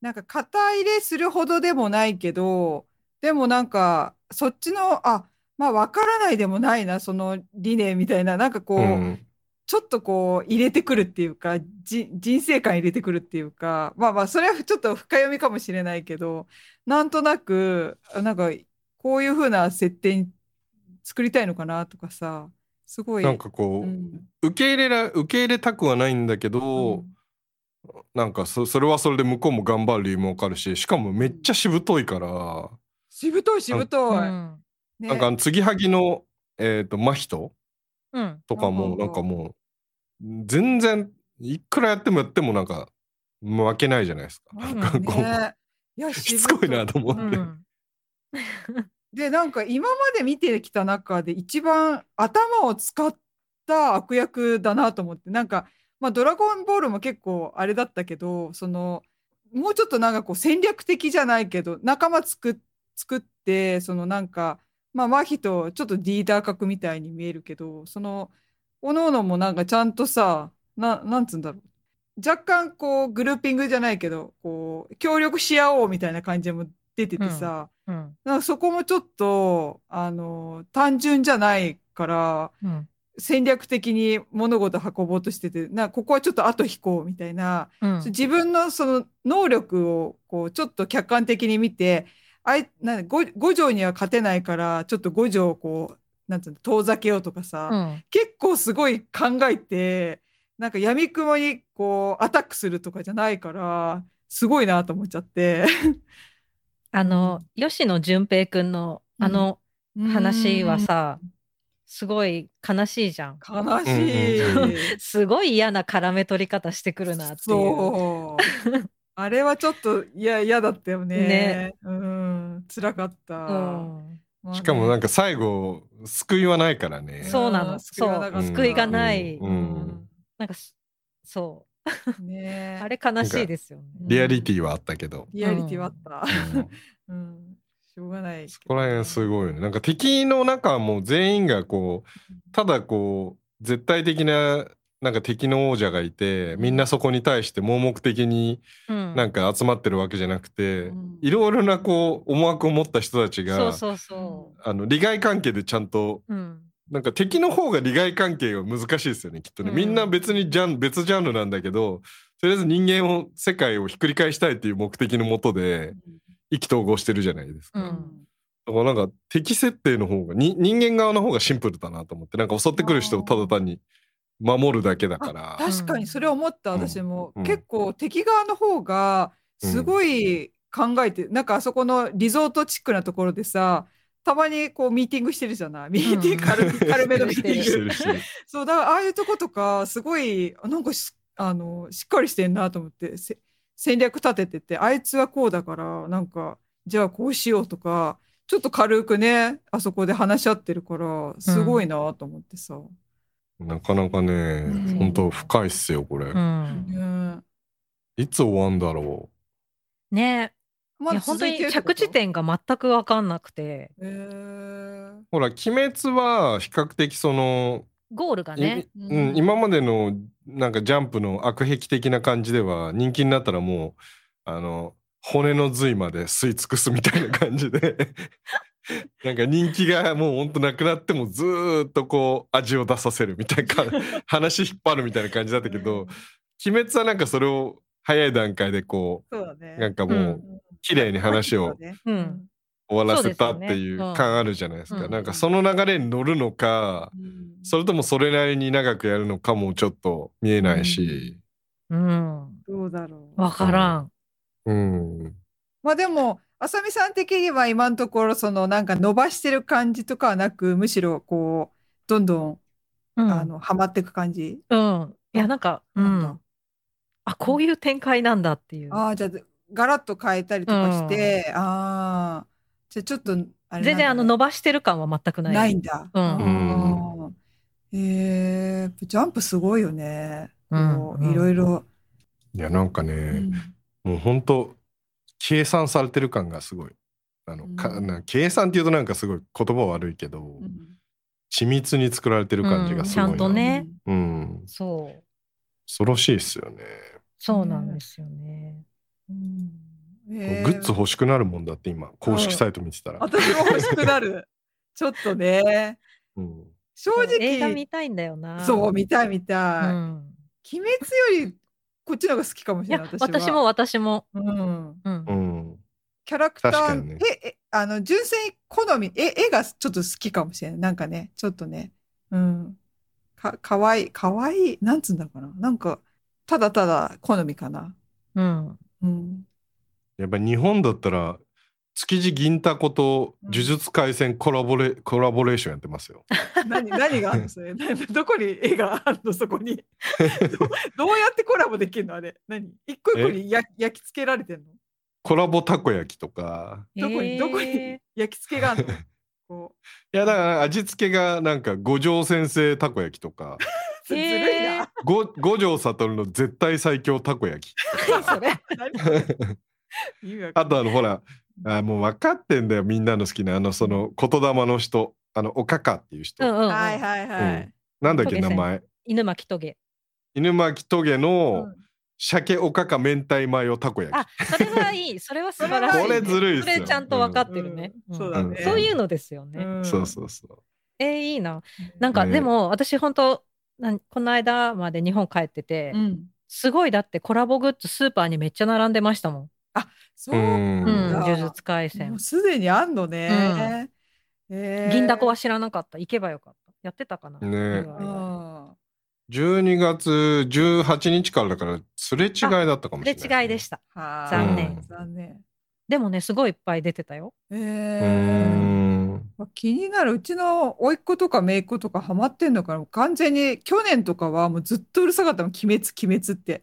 Speaker 1: なんか肩入れするほどでもないけど、でもなんかそっちのあまあ分からないでもないなその理念みたいななんかこう、
Speaker 3: うん
Speaker 1: ちょっとこう入れてくるっていうかじ人生観入れてくるっていうかまあまあそれはちょっと深読みかもしれないけどなんとなくあなんかこういう風な設定に作りたいのかなとかさすごい
Speaker 3: なんか
Speaker 1: う
Speaker 3: こう、
Speaker 1: ん
Speaker 3: 受け入れら受け入れたくはないんだけど、なんかそそれはそれで向こうも頑張る理由もわかるししかもめっちゃしぶといから、
Speaker 1: しぶといしぶ
Speaker 2: う
Speaker 1: とい、
Speaker 2: ん
Speaker 1: ね
Speaker 3: なんかあの継ぎはぎの、えー、と真人
Speaker 2: うん
Speaker 3: とか
Speaker 1: うんうんう
Speaker 3: も
Speaker 1: ん
Speaker 3: なんかもう全然いくらやってもやってもなんかもう負けないじゃないですか。
Speaker 2: うん
Speaker 3: なんかこう、
Speaker 1: ね、いや
Speaker 3: しつこいなと思
Speaker 2: う
Speaker 3: って。
Speaker 2: ん
Speaker 1: でなんか今まで見てきた中で一番頭を使った悪役だなと思ってなんか、まあ「ドラゴンボール」も結構あれだったけどそのもうちょっとなんかこう戦略的じゃないけど仲間作っ作ってそのなんかまあマヒとちょっとリーダー格みたいに見えるけどそのおのおのもなんかちゃんとさななんつうんだろう若干こうグルーピングじゃないけどこう協力し合おうみたいな感じも出ててさ、
Speaker 2: うん
Speaker 1: なんかそこもちょっと、あの、単純じゃないから、
Speaker 2: うん
Speaker 1: 戦略的に物事運ぼうとしてて、なんかここはちょっと後引こうみたいな、
Speaker 2: うん
Speaker 1: 自分のその能力をこうちょっと客観的に見て、あい、なん五五条には勝てないから、ちょっと五条をこう、なんつうの、遠ざけようとかさ、
Speaker 2: うん
Speaker 1: 結構すごい考えて、なんか闇雲にこうアタックするとかじゃないから、すごいなと思っちゃって。
Speaker 2: あの吉野純平くんのあの話はさすごい悲しいじゃん。
Speaker 1: 悲しい。
Speaker 3: うんうん
Speaker 2: すごい嫌な絡め取り方してくるなっていう。
Speaker 1: そう。 あれはちょっといや嫌だったよね。
Speaker 2: ね
Speaker 1: うん、辛かった。
Speaker 2: うん
Speaker 3: しかもなん
Speaker 1: か
Speaker 3: か最後救いはないからね。
Speaker 2: そうなの
Speaker 1: 救いはなかった
Speaker 3: うん
Speaker 2: 救いがない
Speaker 3: うんうん
Speaker 2: なんかすそ
Speaker 1: ねえ
Speaker 2: う あれ悲しいですよね。
Speaker 3: リアリティはあったけど。
Speaker 1: リアリティはあった。
Speaker 3: うん
Speaker 1: うん、しょうがないけど。
Speaker 3: そこら辺すごいよね。なんか敵の中はもう全員がこうただこう絶対的ななんか敵の王者がいてみんなそこに対して盲目的に
Speaker 2: うん
Speaker 3: なんか集まってるわけじゃなくて、
Speaker 1: うん
Speaker 3: いろいろなこう思惑を持った人たちが
Speaker 2: そうそうそ
Speaker 3: あの利害関係でちゃんと
Speaker 2: う。うん
Speaker 3: なんか敵の方が利害関係が難しいですよねきっとね、
Speaker 2: うん
Speaker 3: みんな別にジャン別ジャンルなんだけどとりあえず人間を世界をひっくり返したいっていう目的のもとで意気投合してるじゃないですか。
Speaker 2: う
Speaker 1: うんん
Speaker 3: だからなんか敵設定の方がに人間側の方がシンプルだなと思ってなんか襲ってくる人をただ単に守るだけだから
Speaker 2: あ
Speaker 1: 確かにそれ思った
Speaker 3: うん
Speaker 1: 私も、
Speaker 3: うん
Speaker 1: 結構敵側の方がすごい考えて、なんかあそこのリゾートチックなところでさたまにこうミーティングしてるじゃないミーティング軽,、 軽めのミーティン
Speaker 3: して
Speaker 1: グ
Speaker 3: るしてる
Speaker 1: そうだからああいうとことかすごいなんかしあのしっかりしてんなと思ってせ戦略立てててあいつはこうだからなんかじゃあこうしようとかちょっと軽くねあそこで話し合ってるからすごいなと思ってさ。
Speaker 3: なかなかね
Speaker 1: うん
Speaker 3: 本当深いっすよこれ、
Speaker 2: うん
Speaker 1: ね
Speaker 3: いつ終わんだろ
Speaker 2: ね
Speaker 1: ま
Speaker 2: いや
Speaker 1: だ続
Speaker 2: 本当
Speaker 1: いてる
Speaker 2: に
Speaker 1: ってこ
Speaker 2: 着
Speaker 1: と
Speaker 2: 地点が全く分かんなくて
Speaker 1: へー
Speaker 3: うほら「鬼滅」は比較的その
Speaker 2: ゴールがね。
Speaker 3: いうん、今までのなんかジャンプの悪癖的な感じでは人気になったらもうあの骨の髄まで吸い尽くすみたいな感じで なんか人気がもうほんとなくなってもずーっとこう味を出させるみた いな話引っ張るみたいな感じだったけど「鬼滅」はなんかそれを早い段階でこ
Speaker 1: そうだ
Speaker 3: うな
Speaker 1: ね
Speaker 3: ん。かも
Speaker 2: う
Speaker 3: う綺麗に話を
Speaker 1: そうね
Speaker 2: う
Speaker 1: うんん。
Speaker 3: 終わらせた
Speaker 2: そ
Speaker 3: っ
Speaker 2: うですよね
Speaker 3: ていう
Speaker 2: うん
Speaker 3: 感あるじゃないですか。
Speaker 2: うん
Speaker 3: なんかその流れに乗るのかそれともそれなりに長くやるのかもちょっと見えないし。
Speaker 2: うん。
Speaker 1: どうだろう。
Speaker 2: わからん。
Speaker 3: うん。
Speaker 1: まあでも、あさみさん的には今のところ、そのなんか伸ばしてる感じとかはなく、むしろこう、どんどん、
Speaker 2: うん。
Speaker 1: あの、はまっていく感じ。
Speaker 2: うん。いや、なんか、う
Speaker 1: なん
Speaker 2: ん
Speaker 1: だ。
Speaker 2: あ、こういう展開なんだっていう。
Speaker 1: ああ、じゃあ、ガラッと変えたりとかして、ああ、じゃあちょっと、あれ
Speaker 2: 全然
Speaker 1: な
Speaker 2: あ
Speaker 1: んだ
Speaker 2: の
Speaker 1: ね
Speaker 2: 伸ばしてる感は全くない。
Speaker 1: ないんだ。
Speaker 2: うん
Speaker 1: あーえージャンプすごいよね。
Speaker 2: うん
Speaker 1: こ
Speaker 2: う
Speaker 1: うんいろいろ。
Speaker 3: いやなんかね、もう本当計算されてる感がすごい。あのか
Speaker 1: うん
Speaker 3: な計算っていうとなんかすごい言葉悪いけど、
Speaker 1: うん
Speaker 3: 緻密に作られてる感じがすごいな、
Speaker 2: うんちゃんとね
Speaker 3: うん
Speaker 2: そう。
Speaker 3: 恐ろしいっすよね、
Speaker 2: そうなんですよね。
Speaker 1: うんえー
Speaker 3: グッズ欲しくなるもんだって今公式サイト見てたら、
Speaker 1: 私も欲しくな る。ちょっとね。
Speaker 3: うん
Speaker 1: 正
Speaker 2: そう映画
Speaker 1: 直、
Speaker 2: 見たいんだよな。
Speaker 1: そう、見たい見
Speaker 2: う
Speaker 1: たい。
Speaker 2: ん。
Speaker 1: 鬼滅よりこっちの方が好きかもし
Speaker 2: い
Speaker 1: れない
Speaker 2: や、、
Speaker 1: 私は。
Speaker 2: 私も私も。
Speaker 1: うん。
Speaker 2: うん
Speaker 3: う。ん、
Speaker 1: キャラクタ
Speaker 3: 確かにね
Speaker 1: ー、え、え、あの、純粋に好み、え、絵がちょっと好きかもしれない。なんかね、ちょっとね、うん。か、かわいい、かわいい、なんつうんだかな。なんか、ただただ好みかな。
Speaker 2: うん。
Speaker 1: うん。
Speaker 3: やっぱ日本だったら築地銀タコと
Speaker 1: うん
Speaker 3: 呪術廻戦コラボレコラボレーションやってますよ。
Speaker 1: 何、何があるのそれ。 などこに絵があるのそこ に。どどうやってコラボできるのあれ。何一個一個にや焼き付けられてんの
Speaker 3: コラボたこ焼きとか
Speaker 1: どこに、どこに
Speaker 2: え
Speaker 1: 焼き付けがあるのこう
Speaker 3: いやだから味付けがなんか五条先生たこ焼きとか
Speaker 1: ずずるい
Speaker 2: へー
Speaker 1: な。
Speaker 3: 五五条悟の絶対最強たこ焼き
Speaker 1: 何それ。 何それ意味わか
Speaker 3: あ
Speaker 1: んない
Speaker 3: とあのほらあもう分かってんだよみんなの好きなあのその言霊の人あのおかかっていう人、
Speaker 2: ーうんうんうん。
Speaker 1: はいはいは
Speaker 3: う
Speaker 1: い。
Speaker 3: なんだっ
Speaker 2: ト
Speaker 3: け
Speaker 2: ゲ
Speaker 3: 名
Speaker 2: さん
Speaker 3: 前
Speaker 2: 犬巻棘。
Speaker 3: 犬巻棘
Speaker 1: う
Speaker 3: の
Speaker 1: ん
Speaker 3: 鮭おかか明太マヨたこ焼き
Speaker 2: あ、それはいい。それは素晴らしい。
Speaker 1: それはいいこれ
Speaker 3: ずるいっすよ
Speaker 2: それちゃんと分かってるね。
Speaker 1: うん
Speaker 2: うん
Speaker 1: そうだね
Speaker 3: うん
Speaker 2: そういうのですよね。
Speaker 1: ん
Speaker 3: そうそうそう
Speaker 2: えーいいな。なんか、
Speaker 3: ね
Speaker 2: でも私本当なんこの間まで日本帰ってて、
Speaker 1: うん。
Speaker 2: すごいだってコラボグッズスーパーにめっちゃ並んでましたもん。
Speaker 1: そう。
Speaker 3: う
Speaker 2: う
Speaker 3: ん
Speaker 2: ん、
Speaker 1: だ
Speaker 2: 呪術廻
Speaker 1: も
Speaker 2: 戦
Speaker 1: う。すでにあんのね。えー
Speaker 2: 銀だこは。知らなかった。行けばよかった。やってたかな。
Speaker 3: ね
Speaker 2: 海
Speaker 1: う
Speaker 2: 外
Speaker 1: ん。
Speaker 3: 12月18日からだからすれ違いだったかもしれ
Speaker 2: で
Speaker 3: ない
Speaker 2: 違いでした。
Speaker 1: はー
Speaker 2: 残
Speaker 3: 念
Speaker 1: 残念。
Speaker 2: でもね、すごいいっぱい出てたよ。
Speaker 3: う
Speaker 1: え
Speaker 3: ー
Speaker 1: ー
Speaker 3: ん
Speaker 1: まあ気になるうちの甥っ子とか姪っ子とかハマってんのかな完全に去年とかはもうずっとうるさかったもん「鬼滅鬼滅」って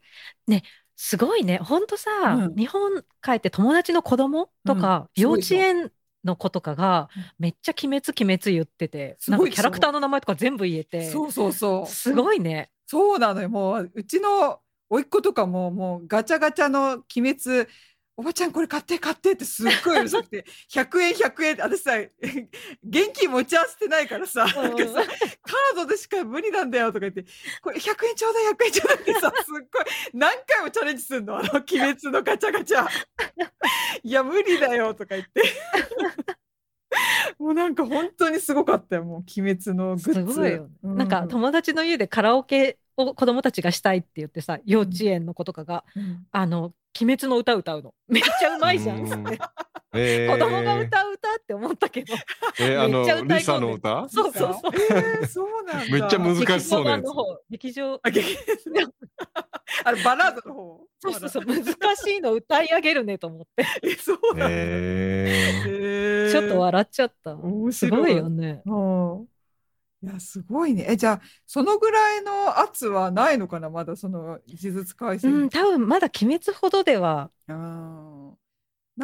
Speaker 2: すごいね。ほんとさ、
Speaker 1: うん
Speaker 2: 日本帰って友達の子供とか、
Speaker 1: うん
Speaker 2: 幼稚園の子とかが
Speaker 1: うん
Speaker 2: めっちゃ鬼滅鬼滅言ってて、
Speaker 1: す
Speaker 2: なん
Speaker 1: ご
Speaker 2: か
Speaker 1: い
Speaker 2: キャラクターの名前とか全部言えて、
Speaker 1: そうそうそう
Speaker 2: すごいね。
Speaker 1: そうなのよ。もう、うちの甥っ子とかも、もうガチャガチャの鬼滅、おばちゃんこれ買って買ってってすっごいうるさくて、100円100円って、私さ、 現金持ち合わせてないからさ、なんかさ、カードでしか無理なんだよとか言って、これ100円ちょうだい100円ちょうだいって さ、すっごい何回もチャレンジするの、あの鬼滅のガチャガチ ャ。いや、無理だよとか言って。もうなんか本当にすごかったよ、もう鬼滅のグッズ。
Speaker 2: すごいよね
Speaker 1: う
Speaker 2: なんか友達の家でカラオケを子供たちがしたいって言ってさ幼稚園の子とかが
Speaker 1: うん
Speaker 2: 「あの鬼滅の歌歌うのめっちゃうまい じゃん」
Speaker 3: う
Speaker 2: っつって
Speaker 3: ーんえー
Speaker 2: 子供が歌う歌って思ったけど
Speaker 3: えーあ
Speaker 2: めっちゃ歌い込んで
Speaker 3: のリサの 歌
Speaker 2: そうそうそう
Speaker 1: えーそうなんだ。
Speaker 3: めっちゃ難しそうなや
Speaker 2: 劇場版
Speaker 3: つ
Speaker 2: の方劇場
Speaker 1: あ劇場あれバラードの方。
Speaker 2: そうそうそう難しいの歌い上げるねと思って
Speaker 1: えそうなんだ。え
Speaker 3: え
Speaker 1: ー
Speaker 2: ちょっと笑っちゃった
Speaker 1: 面
Speaker 2: す
Speaker 1: 白
Speaker 2: ごいよね
Speaker 1: うんいやすごいね。えじゃあそのぐらいの圧はないのかなまだその技術改正。
Speaker 2: うん多分まだ鬼滅ほどでは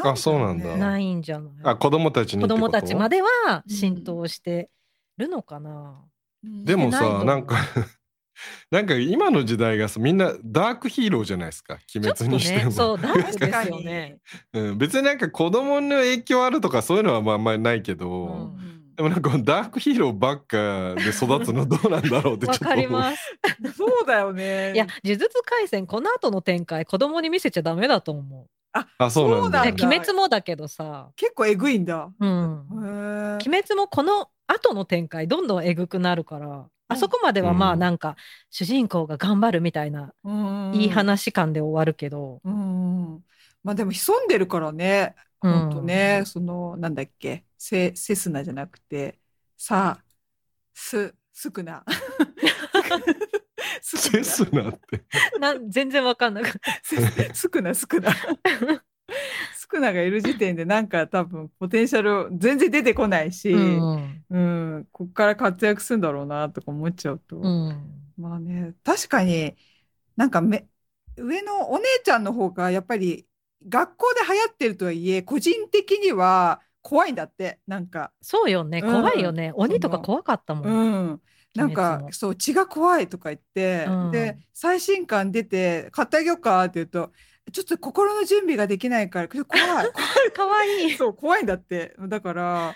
Speaker 1: あ
Speaker 3: あそうなんだ
Speaker 1: い。
Speaker 2: ないんじゃな
Speaker 3: あ
Speaker 2: い
Speaker 3: 子供たちに
Speaker 2: 子供たちま
Speaker 3: で
Speaker 2: では浸透してるのかな
Speaker 3: でも
Speaker 2: してないと
Speaker 3: さ
Speaker 2: 思う
Speaker 3: なんか なんか今の時代がさみんなダークヒーローじゃないですか
Speaker 2: ち
Speaker 3: 鬼
Speaker 2: ょっと
Speaker 3: 滅にして
Speaker 2: ね
Speaker 3: も、
Speaker 2: そうダークで
Speaker 1: 確か
Speaker 2: すよ
Speaker 1: に
Speaker 2: ね
Speaker 3: うん、別になんか子供の影響あるとかそういうのはまああんまりないけど、
Speaker 2: う
Speaker 1: うんん
Speaker 3: でもなんかこのダークヒーローばっかで育つのどうなんだろうってちょ
Speaker 2: わ
Speaker 3: っと
Speaker 2: かり
Speaker 3: 思う
Speaker 2: ます
Speaker 1: そうだよね。
Speaker 2: いや、呪術廻戦、この後の展開、子供に見せちゃダメだと思
Speaker 1: あ
Speaker 3: あそうなんだ
Speaker 1: そう
Speaker 2: ね
Speaker 1: なんだ
Speaker 2: 鬼滅もだけどさ、
Speaker 1: 結構えぐいんだ。へ
Speaker 2: うん、鬼
Speaker 1: ー
Speaker 2: 滅もこの後の展開どんどんえぐくなるからあそこまではま
Speaker 3: う
Speaker 2: あ
Speaker 3: ん
Speaker 2: なんか主人公が頑張るみたいな
Speaker 1: うんうん
Speaker 2: いい。話感で終わるけど、
Speaker 1: うんうん。まあでも潜んでるからね。
Speaker 2: うん
Speaker 1: 本当ね、そのなんだっけ、セセスナじゃなくて、さあ、すすく な。すく
Speaker 3: セ
Speaker 1: な
Speaker 3: スナって。
Speaker 2: なん全然わかんなかった。
Speaker 1: すすくなすくな。すくながいる時点でなんか多分ポテンシャル全然出てこないし、うん、
Speaker 2: ん
Speaker 1: こっから活躍するんだろうなとか思っちゃうと、
Speaker 2: うん
Speaker 1: まあね、確かになんかめ上のお姉ちゃんの方がやっぱり学校で流行ってるとはいえ、個人的には怖いんだって、なんか。
Speaker 2: そうよね
Speaker 1: うん
Speaker 2: 怖いよね、鬼とか怖かったも、
Speaker 1: うんん、なん
Speaker 2: 鬼滅
Speaker 1: か
Speaker 2: も
Speaker 1: そう血が怖いとか言って、
Speaker 2: うん
Speaker 1: で最新刊出て買ってあげようかって言うとちょっと心の準備ができないから怖い 怖
Speaker 2: 可愛
Speaker 1: い
Speaker 2: い
Speaker 1: そう怖いんだってだから、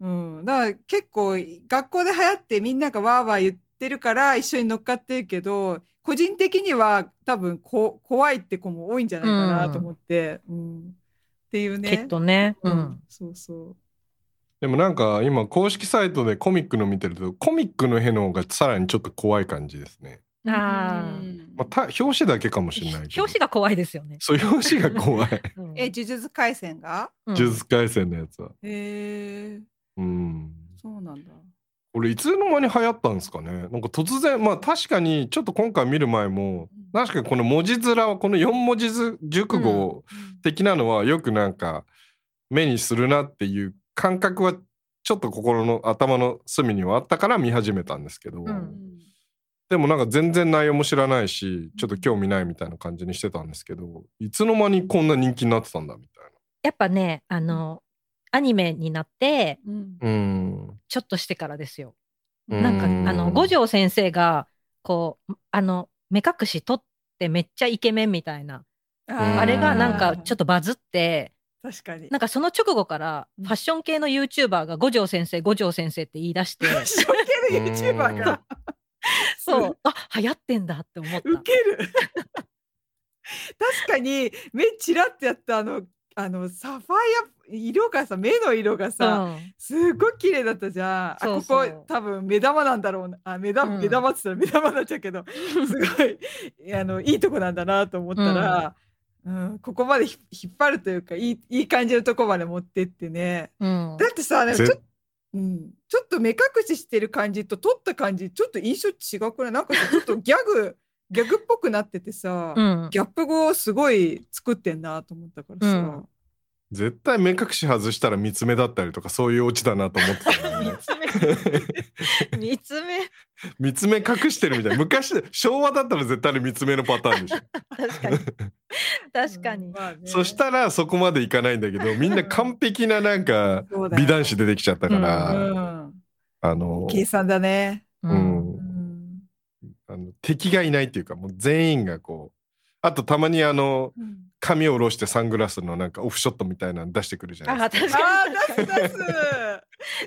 Speaker 1: うん、だから結構学校で流行ってみんながわーわー言ってるから一緒に乗っかってるけど個人的には多分こ怖いって子も多いんじゃないかなと思って、うんっていうね。
Speaker 2: きっとね、う
Speaker 1: うんん、そうそう
Speaker 3: でもなんか今公式サイトでコミックの見てるとコミックのへの方がさらにちょっと怖い感じですね。
Speaker 2: あー
Speaker 1: うん
Speaker 3: まあ、た表紙だけかもしれない
Speaker 2: 表
Speaker 3: けど。
Speaker 2: 紙が怖いですよね。
Speaker 3: そう表紙が怖い。
Speaker 2: うん
Speaker 1: え呪術廻戦が
Speaker 2: うん
Speaker 3: 呪術廻戦のやつは。
Speaker 1: へえ
Speaker 3: うん。
Speaker 1: そうなんだ。
Speaker 3: これいつの間に流行ったんですかねなんか突然まあ確かにちょっと今回見る前も確かにこの文字面はこの4文字ず熟語的なのはよくなんか目にするなっていう感覚はちょっと心の頭の隅にはあったから見始めたんですけど、
Speaker 2: うん
Speaker 3: でもなんか全然内容も知らないしちょっと興味ないみたいな感じにしてたんですけどいつの間にこんな人気になってたんだみたい
Speaker 2: やっぱねあのアニメになって
Speaker 1: うん
Speaker 3: な。うん
Speaker 2: ちょっとしてからですよ。
Speaker 3: うん
Speaker 2: なんかあの五条先生がこうあの目隠し取ってめっちゃイケメンみたいな
Speaker 3: うん
Speaker 2: あれがなんかちょ
Speaker 1: っ
Speaker 2: っとバズって
Speaker 1: と確かに。
Speaker 2: なんかその直後から
Speaker 1: う
Speaker 2: フ
Speaker 1: ん
Speaker 2: ァッション系の YouTuber が五条先生五条先生って言い 出して
Speaker 1: 一生懸命 YouTuber が
Speaker 2: そうあ流行ってんだって思っ
Speaker 1: 受
Speaker 2: た。
Speaker 1: け る。確かに目チラってやったあのあのサファイア色がさ目の色がさ、
Speaker 2: うん
Speaker 1: すっごい綺麗だったじゃん。
Speaker 2: そう
Speaker 1: あ
Speaker 2: そう
Speaker 1: ここ多分目玉なんだろうな。あ目玉、
Speaker 2: うん
Speaker 1: 目玉って言ったら目玉になっちゃうけ ど、すごいあのいいとこなんだなと思ったら。うん、ここまでひ引っ張るというかいいいい感じのとこまで持ってってね
Speaker 2: うん
Speaker 1: だってさ、でも
Speaker 3: ぜ
Speaker 1: ちょ,、うん、ちょっと目隠ししてる感じと撮った感じ、ちょっと印象違くないなんかさちょっとギャグ、 ギャグっぽくなっててさ、
Speaker 2: うん
Speaker 1: ギャップ語をすごい作ってんなと思ったからさ、
Speaker 2: うん
Speaker 3: 絶対目隠し外したら三つ目だったりとかそういうオチだなと思ってたんだ よね
Speaker 2: 見つめ
Speaker 3: 三つ目隠してるみたいな昔昭和だったら絶対に三つ目のパター ンでしょ、
Speaker 2: 確かに確か
Speaker 1: うん
Speaker 2: に。
Speaker 1: まあね
Speaker 3: そしたらそこまでいかないんだけどみんな完璧ななんか
Speaker 1: そうだよ
Speaker 3: 美男子出てきちゃったから、
Speaker 1: うん、
Speaker 3: あの,、
Speaker 1: 計算だね。
Speaker 3: う
Speaker 2: うん
Speaker 3: ん
Speaker 1: うん
Speaker 3: あの敵がいないっていうかもう全員がこうあとたまにあの髪を下ろしてサングラスのなんかオフショットみたいなの出してくるじゃない
Speaker 2: あ
Speaker 3: です
Speaker 2: 確か
Speaker 1: あー出す出す、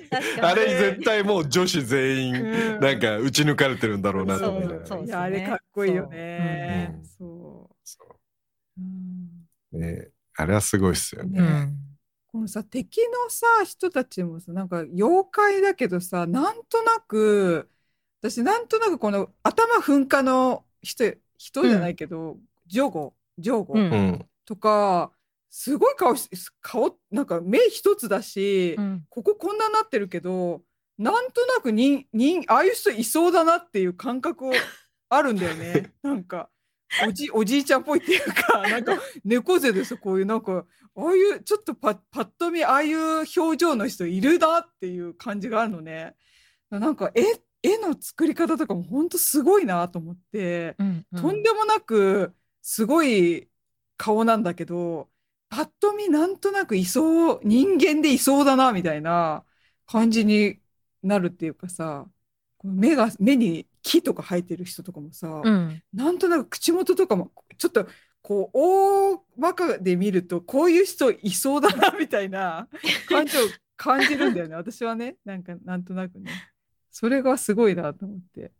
Speaker 2: に確
Speaker 3: かあ
Speaker 2: かに
Speaker 3: れ絶対もう女子全員
Speaker 1: うん
Speaker 3: なんか打ち抜かれてるんだろうなと思いながら
Speaker 2: そうそう
Speaker 1: いやあれかっこいいよね。そ
Speaker 3: そう
Speaker 1: う、うん
Speaker 3: うねあれはすごいっすよね。
Speaker 1: ねこのさ敵のさ人たちもさなんか妖怪だけどさなんとなく私なんとなくこの頭噴火の人人じゃないけど、ジョゴジョゴ
Speaker 2: うん
Speaker 3: うん、
Speaker 1: とか、すごい顔し顔なんか目一つだし、
Speaker 2: うん
Speaker 1: こここんななってるけどなんとなくににああいう人いそうだなっていう感覚をあるんだよねなんかおじおじいちゃんっぽいっていうかなんか猫背ですこういうなんかああいうちょっとパパッと見ああいう表情の人いるなっていう感じがあるのねなんか絵絵の作り方とかもほんとすごいなと思って。
Speaker 2: うん
Speaker 1: とんでもなくすごい顔なんだけど、パッと見なんとなくいそう、人間でいそうだな、みたいな感じになるっていうかさ、この目が、目に木とか生えてる人とかもさ、
Speaker 2: うん
Speaker 1: なんとなく口元とかも、ちょっと、こう、大まかで見ると、こういう人いそうだな、みたい な感じを感じるんだよね。私はね、なんか、なんとなくね。それがすごいなと思って。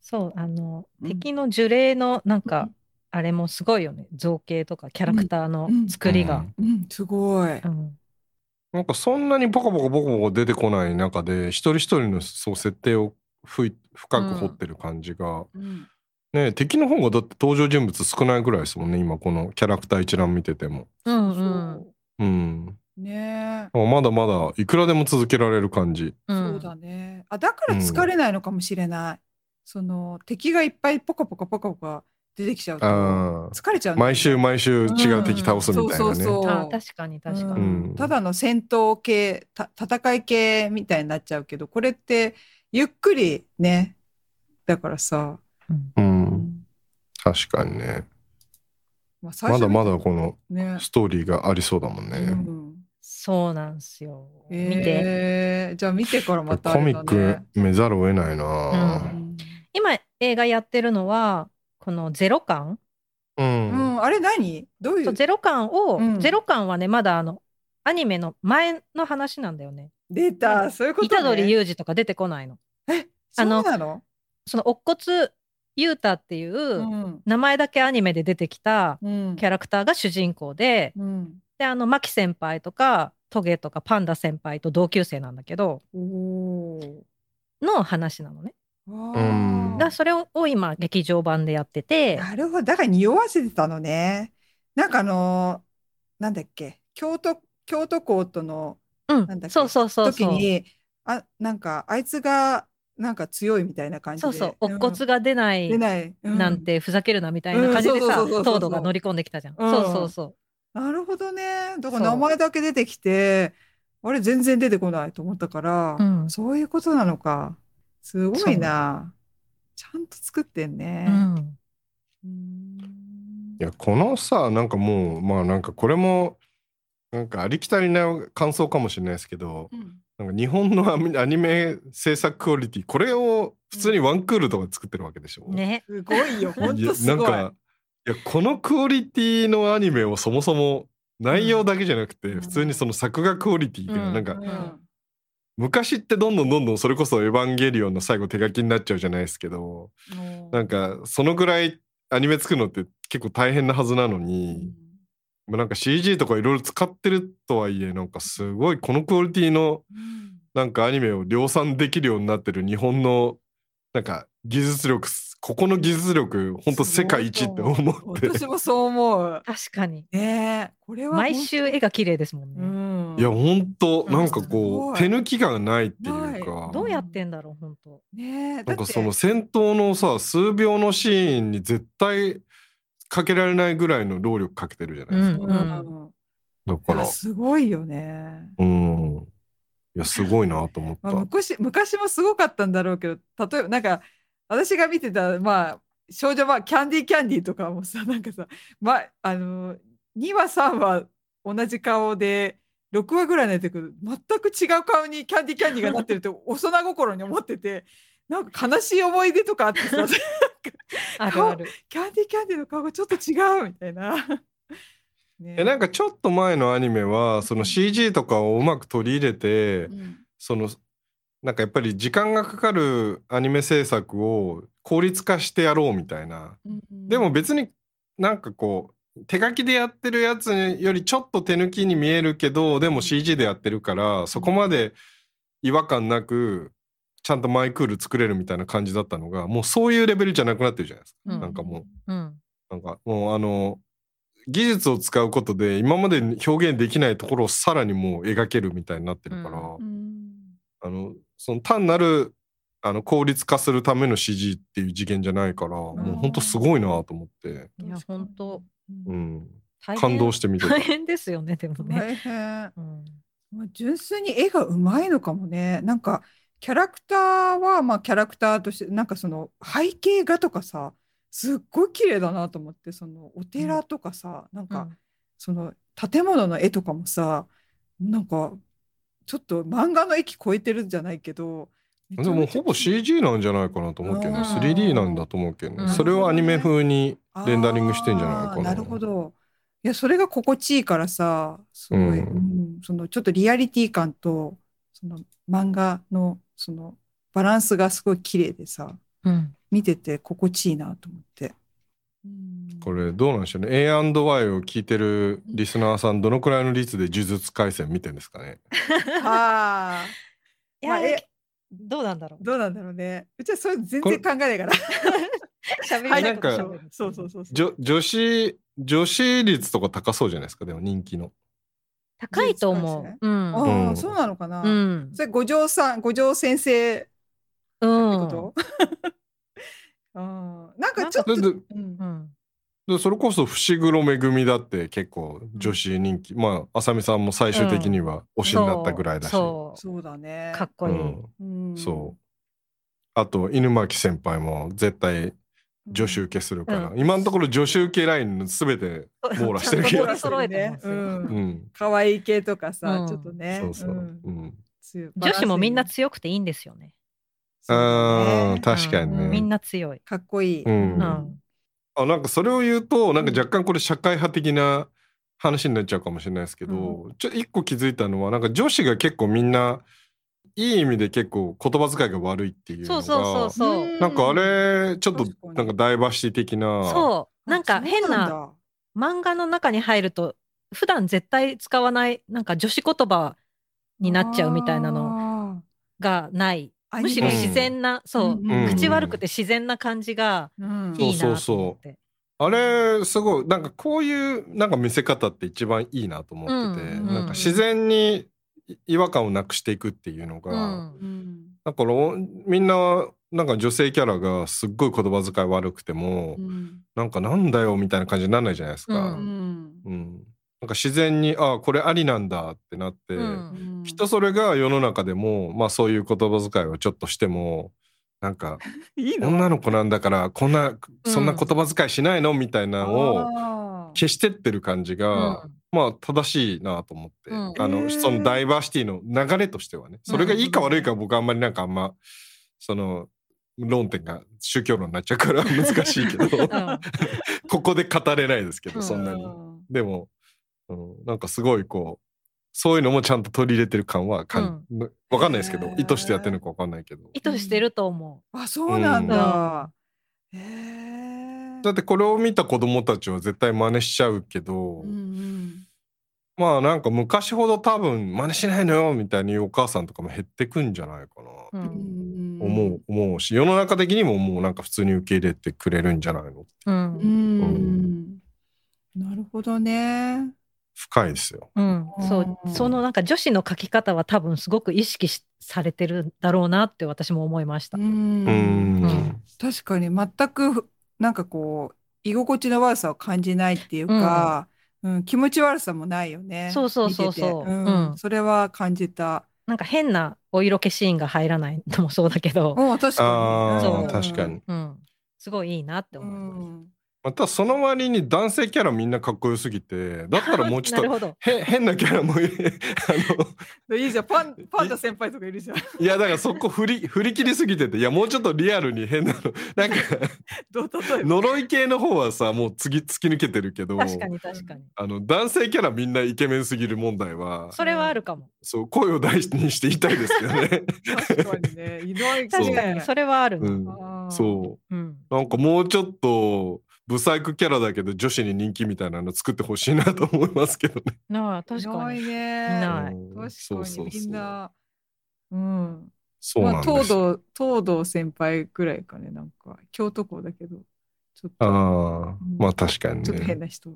Speaker 2: そうあの
Speaker 1: うん
Speaker 2: 敵の呪霊のなん
Speaker 1: う
Speaker 2: か
Speaker 1: ん
Speaker 2: あれもすごいよね造形とかキャラクターの作りが。
Speaker 1: うん、すごい。
Speaker 2: うん
Speaker 3: なんかそんなにポコポコポコポコ出てこない中で一人一人のそう設定をふい深く掘ってる感じが、
Speaker 1: うん、
Speaker 3: ねえ敵の方がだって登場人物少ないぐらいですもんね今このキャラクター一覧見てても。
Speaker 2: うん
Speaker 1: そ
Speaker 2: うん
Speaker 1: う
Speaker 3: うん、
Speaker 1: ねえ、
Speaker 3: まだまだいくらでも続けられる感じ。
Speaker 2: うん
Speaker 1: そうだね。あだから疲れないのかもしれない。その敵がいっぱいポカポカポカポカ出てきちゃうと
Speaker 3: あー
Speaker 1: 疲れちゃうんだよね。
Speaker 3: 毎週毎週違う敵倒すみたい
Speaker 1: うんそ
Speaker 3: な
Speaker 1: うそう
Speaker 3: ね
Speaker 1: そ。う
Speaker 2: あ確かに確か
Speaker 1: う
Speaker 2: に。
Speaker 3: うん
Speaker 1: ん、ただの戦闘系た戦い系みたいになっちゃうけどこれってゆっくりねだからさ、
Speaker 3: うん、確かにね。
Speaker 1: まあ、最
Speaker 3: ま
Speaker 1: 初
Speaker 3: だ
Speaker 1: の
Speaker 3: まだこの
Speaker 1: ね、
Speaker 3: ストーリーがありそうだもん
Speaker 1: う
Speaker 3: ね。
Speaker 1: ん、
Speaker 2: そうなんすよ。見て
Speaker 1: えー、じゃあ見てからまたあ
Speaker 3: コ
Speaker 1: れ
Speaker 3: ミ
Speaker 1: だ
Speaker 3: ック
Speaker 1: ね。
Speaker 3: 見ざるを得ないな
Speaker 2: う。今映画やってるのはこのゼロ感
Speaker 3: うん
Speaker 1: うん、あれ何どうい
Speaker 2: そううゼロ感を、
Speaker 1: うん
Speaker 2: ゼロ感はねまだあのアニメの前の話なんだよね。
Speaker 1: 出たそういうこと、ね、
Speaker 2: 虎杖裕二とか出てこないの。
Speaker 1: そ
Speaker 2: あ
Speaker 1: う
Speaker 2: の
Speaker 1: なの
Speaker 2: その乙骨裕太っていう、
Speaker 1: うん
Speaker 2: 名前だけアニメで出てきた
Speaker 1: うん
Speaker 2: キャラクターが主人公で、
Speaker 1: うん
Speaker 2: であの牧先輩とかトゲとかパンダ先輩と同級生なんだけど
Speaker 1: おー
Speaker 2: の話なのね。
Speaker 1: わ
Speaker 3: うん
Speaker 1: ー
Speaker 2: だそれをを今劇場版でやってて、
Speaker 1: なるほど。だから匂わせてたのね。なんかあのーなんだっけ、京都、京都校との
Speaker 2: う
Speaker 1: なんだっけ
Speaker 2: ん、そうそうそう
Speaker 1: 時
Speaker 2: そう。
Speaker 1: に、あ、なんか、あいつが、なんか強いみたいな感じ
Speaker 2: そう
Speaker 1: で。
Speaker 2: そう、
Speaker 1: ん
Speaker 2: 乙骨が出ない
Speaker 1: 出ない。うん
Speaker 2: なん。てふざけるなみたいな感じ
Speaker 1: う
Speaker 2: で
Speaker 1: ん
Speaker 2: さ、
Speaker 1: そうそうそうそうそう
Speaker 2: 東堂が乗り込んできたじゃん。
Speaker 1: うん
Speaker 2: そうそうそ
Speaker 1: なるほどね。だから
Speaker 2: そ
Speaker 1: 名
Speaker 2: う
Speaker 1: 前だけ出てきて、あれ全然出てこないと思ったから
Speaker 2: う。う、ん。
Speaker 1: そういうことなのか。すごいな。ちゃんと作ってん
Speaker 2: う
Speaker 1: ね。
Speaker 2: ん。
Speaker 1: うん
Speaker 3: いやこのさなんかもうまあなんかこれもなんかありきたりな感想かもしれないですけどなんか日本のアニアニメ制作クオリティこれを普通にワンクールとか作ってるわけでしょ、
Speaker 2: ね。
Speaker 1: すごいよ。
Speaker 3: いや
Speaker 1: ほんとす
Speaker 3: なん
Speaker 1: ごい。
Speaker 3: かいやこのクオリティのアニメをそもそも内容だけじゃなくて、
Speaker 1: うん
Speaker 3: 普通にその作画クオリティが、
Speaker 2: うん
Speaker 3: なんか
Speaker 1: うん
Speaker 3: 昔ってどんどんどんどんそれこそ「エヴァンゲリオン」の最後手書きになっちゃうじゃないですけどなんかそのぐらいアニメ作るのって結構大変なはずなの
Speaker 1: う
Speaker 3: に。
Speaker 1: ん
Speaker 3: まあ、なんか CG とかいろいろ使ってるとはいえなんかすごいこのクオリティのなんかアニメを量産できるようになってる日本のなんか技術力ここの技術力ほんと世界一って思って
Speaker 1: 私もそう思う。
Speaker 2: 確かに。
Speaker 1: ねえ、これは
Speaker 2: 毎週絵が綺麗ですもん
Speaker 1: う
Speaker 2: ね。
Speaker 1: ん。
Speaker 3: いやほんとなんかこ
Speaker 1: うんすご
Speaker 3: う手
Speaker 1: い
Speaker 3: 抜きがないっていう
Speaker 1: な
Speaker 3: か
Speaker 1: い
Speaker 2: どうやってんだろう、本当。
Speaker 1: ねえ、
Speaker 3: な
Speaker 1: だ
Speaker 3: ん
Speaker 1: っ
Speaker 3: か
Speaker 1: て
Speaker 3: その戦闘のさ数秒のシーンに絶対かけられないぐらいの労力かけてるじゃないですか、
Speaker 1: う
Speaker 2: うん
Speaker 1: ん
Speaker 3: だか
Speaker 1: いや
Speaker 3: ら
Speaker 1: すごいよね。
Speaker 3: うんいやすごいなと思っ
Speaker 1: まあ、
Speaker 3: た。
Speaker 1: 昔昔もすごかったんだろうけど例えばなんか私が見てた、まあ、少女版「キャンディーキャンディー」とかもさ なんかさ、まあ、あの2話3話同じ顔で6話ぐらいになってくる全く違う顔にキャンディーキャンディーがなってる って幼心に思っててなんか悲しい思い出とかあって さ
Speaker 2: あるある。
Speaker 1: キャンディーキャンディーの顔がちょっと違うみたいな。 ね
Speaker 3: えなんかちょっと前のアニメはその CG とかをうまく取り入れて
Speaker 1: うん
Speaker 3: そのなんかやっぱり時間がかかるアニメ制作を効率化してやろうみたいなでも別になんかこう手書きでやってるやつよりちょっと手抜きに見えるけどでも CG でやってるからそこまで違和感なくちゃんとマイクール作れるみたいな感じだったのがもうそういうレベルじゃなくなってるじゃないですか。
Speaker 2: うん
Speaker 3: なんかも
Speaker 2: う
Speaker 3: う
Speaker 2: ん。
Speaker 3: なんかもうあの技術を使うことで今まで表現できないところをさらにもう描けるみたいになってるから、
Speaker 2: う
Speaker 3: あのその単なるあの効率化するための CG っていう次元じゃないから、もうほんとすごいなと思って、
Speaker 2: いや、本当。
Speaker 3: うん、
Speaker 2: 大変
Speaker 3: 感動し て見てた
Speaker 2: 大。変ですよね、でもね。
Speaker 1: 大変。
Speaker 2: うん。
Speaker 1: まあ純粋に絵がうまいのかもね。なんかキャラクターはまあキャラクターとしてなんかその背景画とかさすっごい綺麗だなと思ってそのお寺とかさ、なん
Speaker 2: う
Speaker 1: か
Speaker 2: ん
Speaker 1: その建物の絵とかもさなんかちょっと漫画の域超えてるじゃないけどめち
Speaker 3: で
Speaker 1: ゃ
Speaker 3: も
Speaker 1: め
Speaker 3: う
Speaker 1: ちゃ
Speaker 3: ほぼ CG なんじゃないかなと思うけどね
Speaker 1: うん
Speaker 3: 3D なんだと思うけどね、
Speaker 2: うん
Speaker 3: それをアニメ風にレンダリングしてんじゃない
Speaker 1: あ
Speaker 3: か
Speaker 1: ー
Speaker 3: な。
Speaker 1: なるほど。いやそれが心地いいからさすごい、
Speaker 3: う
Speaker 1: うんんそのちょっとリアリティ感とその漫画のそのバランスがすごい綺麗でさ
Speaker 2: うん。
Speaker 1: 見てて心地いいなと思って。うん
Speaker 3: これどうなんでしょうね A&Y を聞いてるリスナーさんどのくらいの率で呪術廻戦見てるんですかね
Speaker 1: ああ
Speaker 2: い
Speaker 1: まあ
Speaker 2: や、
Speaker 1: え
Speaker 2: どうなんだろ
Speaker 1: どうなんだろうねうちはそれ全然
Speaker 3: これ
Speaker 1: 考えないから
Speaker 2: う。喋り
Speaker 3: は
Speaker 2: た
Speaker 3: い
Speaker 2: いこと
Speaker 3: な
Speaker 2: 喋
Speaker 3: ん
Speaker 2: る
Speaker 1: そうそうそうそう
Speaker 3: 女女子女子率とか高そうじゃないですかでも人気の
Speaker 2: 高いと思
Speaker 1: 技術
Speaker 2: う。うん。
Speaker 1: あ
Speaker 2: う
Speaker 1: あ、
Speaker 3: うん
Speaker 1: そうなのかな、
Speaker 2: ん。
Speaker 1: それ五条さん五条先生って
Speaker 2: うん。
Speaker 1: こと、 うん、なんかちょっと、
Speaker 3: だって
Speaker 1: うん
Speaker 2: うん。
Speaker 3: でそれこそ伏黒恵だって結構女子人気、まあ浅見さんも最終的には推しになったぐらいだし、
Speaker 2: そう
Speaker 1: そうだね
Speaker 2: そう。かっ
Speaker 3: う
Speaker 2: こいい。
Speaker 3: ん
Speaker 1: うん
Speaker 3: そうあと犬巻先輩も絶対女子受けするから、
Speaker 2: う
Speaker 3: 今のところ女子受けラインの全て網羅してる気
Speaker 2: ちゃんと取り
Speaker 3: がする、
Speaker 2: 揃えてます
Speaker 1: う
Speaker 2: よ
Speaker 3: うんん、
Speaker 1: 可愛い系とかさ、
Speaker 2: うん
Speaker 1: ちょっとね
Speaker 3: そうそう、うんん
Speaker 1: 強い
Speaker 2: 女子もみんな
Speaker 1: バランス
Speaker 2: 強くていいんですよね。
Speaker 1: いいそうだね
Speaker 3: うん確かにね
Speaker 2: うんみんな強い。
Speaker 1: かっこいい、
Speaker 3: うん
Speaker 2: うん。
Speaker 3: あなんかそれを言うとなんか若干これ社会派的な話になっちゃうかもしれないですけど、ちょ一個気づいたのはなんか女子が結構みんないい意味で結構言葉遣いが悪いっていうの
Speaker 2: そう
Speaker 3: が
Speaker 2: そうそうそうう。
Speaker 1: ん
Speaker 3: なんかあれちょっと
Speaker 1: 確かに
Speaker 3: なんかダイバーシティ的な
Speaker 2: そ
Speaker 1: あ
Speaker 2: う。なんか変
Speaker 1: そう
Speaker 2: なん
Speaker 1: だ
Speaker 2: 漫画の中に入ると普段絶対使わないなんか女子言葉になっちゃうみたいなの
Speaker 1: の
Speaker 2: がないむしろ
Speaker 3: うん
Speaker 2: 自然な、そう、
Speaker 1: んん
Speaker 2: 口悪くて自然な感じが
Speaker 1: うん
Speaker 2: いい
Speaker 3: そう
Speaker 2: な
Speaker 3: そうそ
Speaker 2: と
Speaker 3: う
Speaker 2: 思って
Speaker 3: あれすごいなんかこういうなんか見せ方って一番いいなと思ってて、
Speaker 2: うん
Speaker 1: うん
Speaker 3: なんか自然に違和感をなくしていくっていうのが、
Speaker 2: うん
Speaker 1: うん
Speaker 3: だからおみんななんか女性キャラがすっごい言葉遣い悪くても、
Speaker 1: うん
Speaker 3: なんかなんだよみたいな感じにならないじゃないですか。
Speaker 1: うん
Speaker 2: う
Speaker 1: ん
Speaker 3: うんなんか自然にあこれありなんだってなって、
Speaker 2: うん
Speaker 3: きっとそれが世の中でもまあそういう言葉遣いをちょっとしてもなんか
Speaker 1: いいの
Speaker 3: 女の子なんだからこんなそんな言葉遣いしないのみたいなのを
Speaker 1: を
Speaker 3: 消してってる感じが、まあ正しいなと思って、
Speaker 2: うん
Speaker 3: あ
Speaker 1: へ
Speaker 3: の
Speaker 1: ー
Speaker 3: そのダイバーシティの流れとしてはねそれがいいか悪いか僕あんまりなんかあんまその論点が宗教論になっちゃうから難しいけど
Speaker 2: うん
Speaker 3: ここで語れないですけどそんなに
Speaker 1: う。ん
Speaker 3: でも、うん、なんかすごいこうそういうのもちゃんと取り入れてる感はかん、わかんないですけど
Speaker 1: へー
Speaker 3: 意図してやってるのかわかんないけど
Speaker 2: 意図してると思
Speaker 1: あそうなんだへえ
Speaker 3: だってこれを見た子供たちは絶対真似しちゃうけど、
Speaker 1: うんうん
Speaker 3: まあなんか昔ほど多分真似しないのよみたいに言うお母さんとかも減ってくんじゃないかな、
Speaker 2: う、う
Speaker 1: うんん
Speaker 3: 思う思うし世の中的にももうなんか普通に受け入れてくれるんじゃないの
Speaker 2: う
Speaker 1: うんんなるほどね
Speaker 3: 深いですよ。
Speaker 2: うんそう
Speaker 1: うん
Speaker 2: そのなんか女子の書き方は多分すごく意識しされてるんだろうなって私も思いました。
Speaker 1: ん
Speaker 3: うん
Speaker 2: うん
Speaker 1: 確かに全くなんかこう居心地の悪さを感じないっていうか、うん気持ち悪さもないよね
Speaker 2: そうそうそうそう
Speaker 1: 見てて
Speaker 2: う
Speaker 1: うんん、それは感じた
Speaker 2: なんか変なお色気シーンが入らないのもそうだけど、
Speaker 1: うん確か
Speaker 3: あ
Speaker 1: に
Speaker 2: そ
Speaker 3: あ
Speaker 2: う
Speaker 3: 確かに。
Speaker 2: うん、すごいいいなって
Speaker 1: う
Speaker 2: 思います。
Speaker 1: ん、
Speaker 3: またその割に男性キャラみんなかっこよすぎてだったらもうちょっ
Speaker 2: な
Speaker 3: と
Speaker 2: るほど。
Speaker 3: へ変なキャラもい あの
Speaker 1: いいじゃんパンパンダ先輩とかいるじゃん
Speaker 3: いやだからそこ振り振り切りすぎてていやもうちょっとリアルに変なのなんか
Speaker 1: どう例えば
Speaker 3: 呪い系の方はさもう次突き抜けてるけど
Speaker 2: 確かに確かに。
Speaker 3: あの男性キャラみんなイケメンすぎる問題は
Speaker 2: それはあるかも。
Speaker 3: そう声を大にして言いたいですけどね、
Speaker 1: 確かにねいない
Speaker 3: そう
Speaker 2: 確かにそれはある
Speaker 3: う
Speaker 2: ね。
Speaker 3: ん、
Speaker 1: あー
Speaker 3: そ
Speaker 2: うん。
Speaker 3: うなんかもうちょっとブサイクキャラだけど女子に人気みたいなの作ってほしいなと思いますけどね。
Speaker 2: なあ確か
Speaker 1: いない
Speaker 2: に。い
Speaker 1: ね
Speaker 2: なはい
Speaker 3: うん
Speaker 1: 確
Speaker 3: そう
Speaker 1: か
Speaker 3: そ
Speaker 1: に
Speaker 3: うそう
Speaker 1: みんなうん
Speaker 3: そう
Speaker 1: ま
Speaker 3: な
Speaker 1: あ
Speaker 3: んですよ
Speaker 1: 東堂東堂先輩ぐらいかねなんか京都校だけどちょっと
Speaker 3: ああまあ確かに
Speaker 1: ちょっと変
Speaker 3: ね。
Speaker 1: な人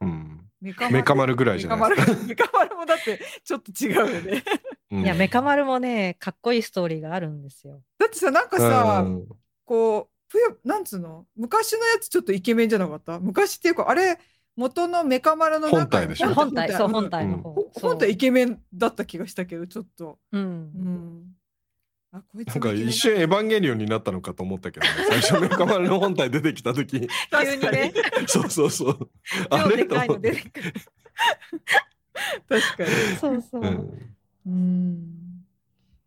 Speaker 3: うん
Speaker 1: メカ
Speaker 3: メカ丸ぐらいじゃないです
Speaker 1: メカ
Speaker 3: か。
Speaker 1: 丸 メカ丸もだってちょっと違うよね。
Speaker 3: うん
Speaker 2: いやメカ丸もねかっこいいストーリーがあるんですよ。
Speaker 1: だってさなんかさ、
Speaker 3: うん
Speaker 1: こうぷよなんつうの昔のやつちょっとイケメンじゃなかった昔っていうかあれ元のメカ丸の中
Speaker 3: 本体でしょ
Speaker 2: 本体そう本体の
Speaker 3: う
Speaker 2: 方。
Speaker 1: ほ
Speaker 2: そう
Speaker 1: 本体イケメンだった気がしたけどちょっと。
Speaker 2: う。
Speaker 1: うんん、あこいつ
Speaker 3: なん
Speaker 1: も
Speaker 3: か
Speaker 1: イケメンだ
Speaker 3: 一瞬エヴァンゲリオンになったのかと思ったけどね、最初メカ丸の本体出てきた時
Speaker 2: 急にね
Speaker 3: そうそうそうあ
Speaker 2: 超
Speaker 3: れ
Speaker 2: で
Speaker 3: と
Speaker 2: かい
Speaker 3: 思っ
Speaker 2: の出
Speaker 3: て
Speaker 2: て くる。
Speaker 1: 確かに。
Speaker 2: そうそうう。
Speaker 3: ん
Speaker 1: うん。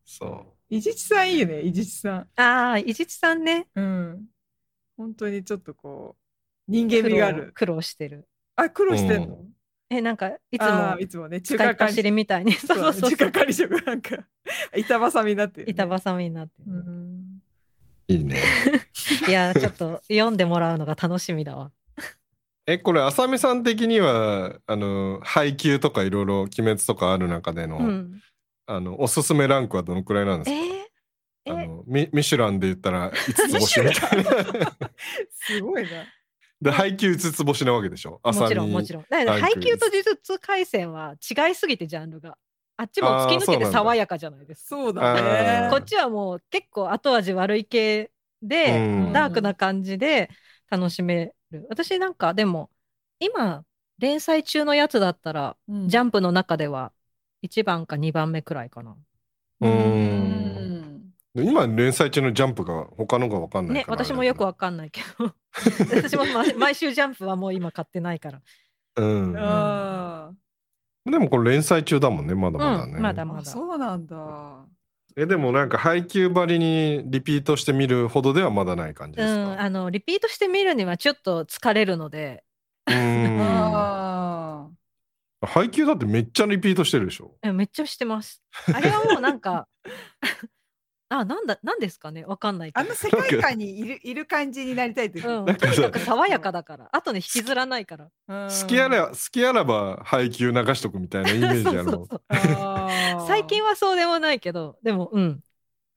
Speaker 3: そ
Speaker 1: 伊地知さんいいよね伊地知さん。
Speaker 2: ああ伊地知さんね。
Speaker 1: うん。本当にちょっとこう人間味がある。
Speaker 2: 苦労苦労してる。
Speaker 1: あ苦労してんの、
Speaker 3: う
Speaker 2: えなんかい
Speaker 1: い
Speaker 2: つも
Speaker 1: いつもね中
Speaker 2: 使い
Speaker 1: 華
Speaker 2: っ走りみたいに。そうそうそう
Speaker 1: 中華管理職なんか板挟みになってる、ね。
Speaker 2: 板挟みになって
Speaker 1: う
Speaker 2: る。
Speaker 1: ん
Speaker 3: ういいね
Speaker 2: いやちょっと読んでもらうのが楽しみだわ。
Speaker 3: えこれ浅見さん的にはあの配給とかいろいろ「鬼滅」とかある中での,、
Speaker 2: うん、
Speaker 3: あのおすすめランクはどのくらいなんです
Speaker 2: え
Speaker 3: か、
Speaker 2: ーえ
Speaker 3: あのミミシュランで言ったら5つ星みたいな
Speaker 1: すごいな。
Speaker 3: で配給5つ星なわけでしょ
Speaker 2: も
Speaker 3: 浅見
Speaker 2: ちろんもちろん。だから
Speaker 3: ラン
Speaker 2: 配
Speaker 3: ク
Speaker 2: 給と呪術廻戦は違いすぎてジャンルが。あっちも突き
Speaker 3: あー
Speaker 2: 抜
Speaker 3: そ
Speaker 2: け
Speaker 3: うなん
Speaker 2: て
Speaker 3: だ
Speaker 2: 爽やかじゃないですか。
Speaker 1: そうだ
Speaker 3: あー
Speaker 1: ね。
Speaker 2: こっちはもう結構後味悪い系で、
Speaker 3: うん
Speaker 2: ダークな感じで楽しめる。私なんかでも今連載中のやつだったら、
Speaker 1: うん
Speaker 2: ジャンプの中では1番か2番目くらいかな。
Speaker 3: う
Speaker 1: うんん
Speaker 3: 今連載中のジャンプが他のが分かんない
Speaker 2: ね、
Speaker 3: から
Speaker 2: 私もよくわかんないけ ど。私もま毎週ジャンプはもう今買ってないから。
Speaker 3: うん
Speaker 1: あ
Speaker 3: でもこれ連載中だもんねまだまだね、
Speaker 2: うん、まだ
Speaker 1: ー
Speaker 2: ま
Speaker 1: あ
Speaker 2: だ。
Speaker 1: そうなんだ。
Speaker 3: えでもなんか配給ばりにリピートしてみるほどではまだない感じ
Speaker 2: う
Speaker 3: ですか、
Speaker 2: ん、あのリピートして見るにはちょっと疲れるので、
Speaker 3: うん
Speaker 1: あ
Speaker 3: 配給だってめっちゃリピートしてるでしょ
Speaker 2: えめっちゃしてます。あれはもうなん か、あ、なんだ、なんですかね、わかんない
Speaker 1: ああ
Speaker 2: け
Speaker 1: の
Speaker 2: ど。
Speaker 1: 世界観にいるいる感じになりたいって
Speaker 2: うん、
Speaker 1: こ
Speaker 2: と
Speaker 1: と。
Speaker 2: にかく爽やかだから、あとね、引きずらないから。
Speaker 3: 好きあれば好きあらば配給流しとくみたいなイメージあ るもん
Speaker 2: そうそうそう最
Speaker 1: 最
Speaker 2: 近
Speaker 1: は
Speaker 2: はそうでもないけど、でも、うん、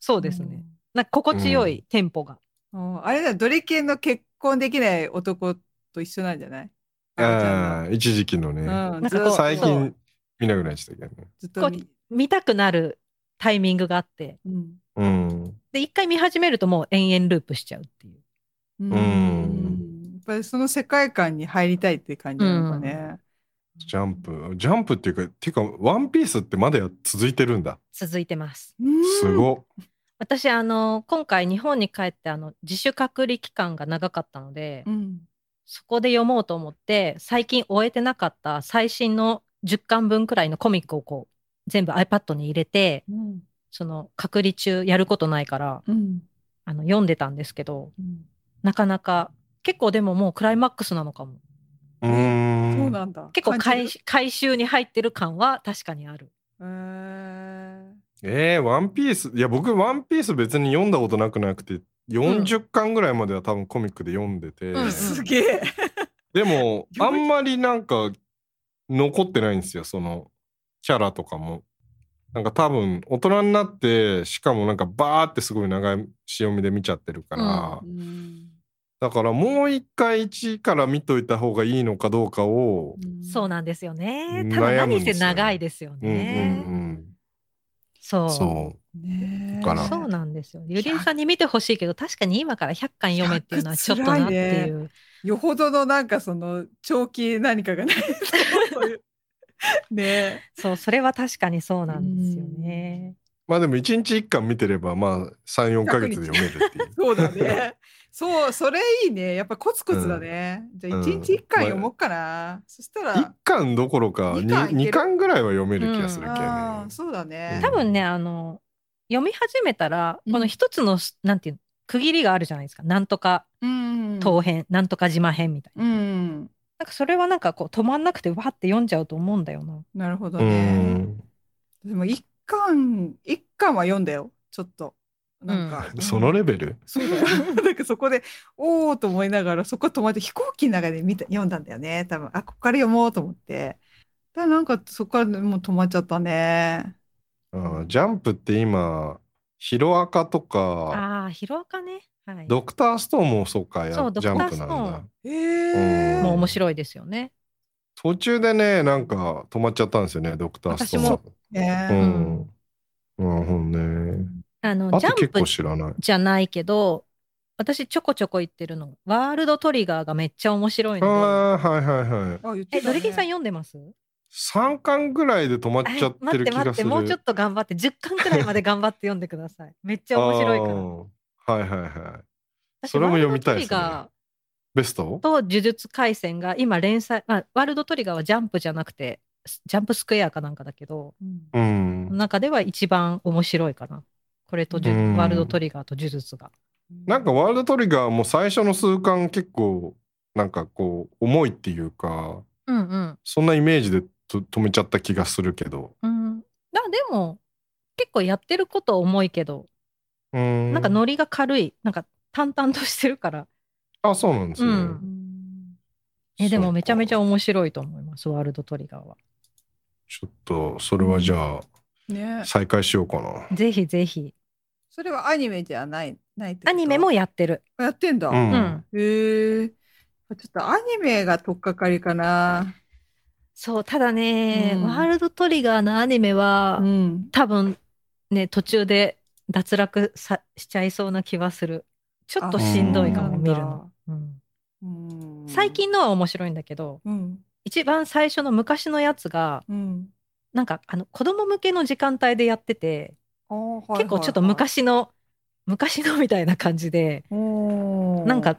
Speaker 2: そうですね。なんか心地よいテンポが。
Speaker 1: うん。あれだドリケンの結婚できない男と一緒なんじゃない？
Speaker 3: あ
Speaker 1: 赤
Speaker 3: ー一時期のね、
Speaker 1: ちゃんのうん
Speaker 2: なん
Speaker 1: ずっ
Speaker 2: か
Speaker 1: と
Speaker 2: こう
Speaker 3: 最
Speaker 2: そ
Speaker 3: 近見なくなっちゃったけどね
Speaker 1: ずっと見
Speaker 2: こ見たくなるタイミングがあって、
Speaker 1: うん
Speaker 3: うん
Speaker 2: で、一回見始めるともう延々ループしちゃうっていう。
Speaker 1: うん
Speaker 3: ん
Speaker 1: やっぱりその世界観に入りたいっていう感じなのかね。
Speaker 3: ジャンプジャンプっていうかっていうかワンピースってまだや続いてるんだ
Speaker 2: 続いてます。
Speaker 3: す
Speaker 1: い。
Speaker 3: ごっ
Speaker 2: 私、あの、今回日本に帰って、あの、自主隔離期間が長かったので、
Speaker 1: うん。
Speaker 2: そこで読もうと思って、最近終えてなかった最新の10巻分くらいのコミックをこう、全部 iPad に入れて、
Speaker 1: うん。
Speaker 2: その隔離中やることないから、
Speaker 1: うん。
Speaker 2: あの、読んでたんですけど、なかなか、結構でももうクライマックスなのかも。
Speaker 3: う
Speaker 1: うん
Speaker 3: ーん
Speaker 1: そうなんだ。
Speaker 2: 結構
Speaker 1: 感
Speaker 2: 回
Speaker 1: じる。
Speaker 2: 回収に入ってる感は確かにある。
Speaker 1: えー
Speaker 3: えー、ワンピースいや僕ワンピース別に読んだことなくなくて40巻ぐらいまでは多分コミックで読んでて、
Speaker 2: うんうん
Speaker 1: すげえ。
Speaker 3: でも
Speaker 1: よ
Speaker 3: あんまりなんか残ってないんですよそのキャラとかも。なんか多分大人になってしかもなんかバーってすごい長い詩読みで見ちゃってるから、だからもう一回一から見といた方がいいのかどうかを、
Speaker 2: そうなんですよね。ただ
Speaker 3: 悩むん
Speaker 2: 何
Speaker 3: ですよね
Speaker 2: せ長いですよ
Speaker 3: うんうん
Speaker 2: ね。そうう。
Speaker 3: ん、そう
Speaker 1: ねえ
Speaker 3: だから
Speaker 2: そうなんですよ。ゆりんさんに見てほしいけど、確かに今から100巻読めっていうのはちょっとなっていう。
Speaker 1: よほどのなんかその長期何かが ないとそういうねえ。
Speaker 2: そう、それは確かにそうなんですよね。
Speaker 3: まあでも一日一巻見てればまあ34ヶ月で読めるっていう。
Speaker 1: そうだ ね。そう、それいいね。やっぱコツコツだね。じゃあ、一日一回読もうかな。そした
Speaker 3: 1
Speaker 1: ら、
Speaker 3: 巻どころか
Speaker 1: 二巻いける
Speaker 3: 2, 巻ぐらいは読める気がするけどね。
Speaker 1: あーそうだね。
Speaker 2: 多分ね、あの、読み始めたら、
Speaker 1: うん
Speaker 2: この一つのす、なんていうの、区切りがあるじゃないですか。なんとか
Speaker 1: うん。
Speaker 2: 島編、なんとか島編みたいな。
Speaker 1: うん。
Speaker 2: なんかそれはなんかこう止まんなくてわーって読んじゃうと思うんだよな。
Speaker 1: なるほど
Speaker 3: う
Speaker 1: ね。
Speaker 3: ん
Speaker 1: でも、一巻、一巻は読んだよ。ちょっと。なんか。
Speaker 3: そのレベル
Speaker 1: そうだよ。 なんかそこで、おーと思いながら、そこ止まって飛行機の中で見た読んだんだよね。多分、あ、ここから読もうと思って。ただなんかそこからもう止まっちゃったね。
Speaker 3: あージャンプって今、ヒロアカとか、
Speaker 2: ああー、ヒロアカね。はい。
Speaker 3: ドクターストーンもそうか、やジ
Speaker 2: そうドクタ
Speaker 3: ャン
Speaker 2: ー
Speaker 3: プ
Speaker 2: ス
Speaker 3: な
Speaker 2: トー
Speaker 3: ん
Speaker 2: ン
Speaker 3: だ。
Speaker 1: ええ
Speaker 3: うん
Speaker 2: もう面白いですよね。
Speaker 3: 途中でね、なんか止まっちゃったんですよね、ドクターストーン。
Speaker 2: 私
Speaker 1: ね
Speaker 3: う
Speaker 1: え
Speaker 3: ん。なるほどね。
Speaker 2: あの、
Speaker 3: あ
Speaker 2: ジ
Speaker 3: と
Speaker 2: ャン
Speaker 3: 結
Speaker 2: プ
Speaker 3: 構知らない。
Speaker 2: じゃないけど、私ちょこちょこ言ってるの。ワールドトリガーがめっちゃ面白い
Speaker 3: あ
Speaker 2: の
Speaker 3: あ、はいはいはい。
Speaker 1: あ、言っ
Speaker 2: で。え、
Speaker 1: てた
Speaker 2: ドリキンさ
Speaker 1: ね
Speaker 2: ん読んでます
Speaker 3: 3巻ぐらいで止まっちゃって
Speaker 2: 待っ
Speaker 3: る
Speaker 2: て
Speaker 3: 気
Speaker 2: 待
Speaker 3: が
Speaker 2: っ
Speaker 3: す
Speaker 2: て、
Speaker 3: る。
Speaker 2: もうちょっと頑張って、10巻くらいまで頑張って読んでくだ さい。めっちゃ面白いから。
Speaker 3: あーはいはいはい。
Speaker 2: 私
Speaker 3: それも読みたいですね
Speaker 2: ワールドトリガー
Speaker 3: ベスト
Speaker 2: と呪術廻戦が今連載、まあ、ワールドトリガーはジャンプじゃなくて、ジャンプスクエアかなんかだけど、
Speaker 1: うん
Speaker 3: うん
Speaker 2: の。中では一番面白いかな。これと呪
Speaker 3: うん
Speaker 2: ワールドトリガーと呪術が。
Speaker 3: なんかワールドトリガーも最初の数巻結構なんかこう重いっていうか
Speaker 2: うんうん。
Speaker 3: そんなイメージでと止めちゃった気がするけど
Speaker 2: うん、だでも結構やってること重いけど、
Speaker 3: うん
Speaker 2: なんかノリが軽いなんか淡々としてるから、
Speaker 3: あそうなんですね、
Speaker 2: うんえでもめちゃめちゃ面白いと思いますワールドトリガーは
Speaker 3: ちょっとそれはじゃ
Speaker 1: ね
Speaker 3: あ再開しようかな。
Speaker 2: ぜひぜひ
Speaker 1: それはアニメじゃないないってこと
Speaker 2: アニメもやってる
Speaker 1: やってんだ、
Speaker 3: うん
Speaker 2: うん
Speaker 1: へえちょっとアニメが取っかかりかな
Speaker 2: そうただね、
Speaker 1: うん
Speaker 2: ワールドトリガーのアニメは、
Speaker 1: ん
Speaker 2: 多分ね途中で脱落さしちゃいそうな気はするちょっとしんどいか
Speaker 3: あ
Speaker 2: も
Speaker 3: そう
Speaker 2: 見るの、うん
Speaker 1: うん
Speaker 2: 最近のは面白いんだけど
Speaker 1: うん
Speaker 2: 一番最初の昔のやつが
Speaker 1: うん
Speaker 2: なんかあの子供向けの時間帯でやってて
Speaker 1: あーはいはいはい
Speaker 2: 結構ちょっと昔の、昔のみたいな感じで
Speaker 1: おー
Speaker 2: なんか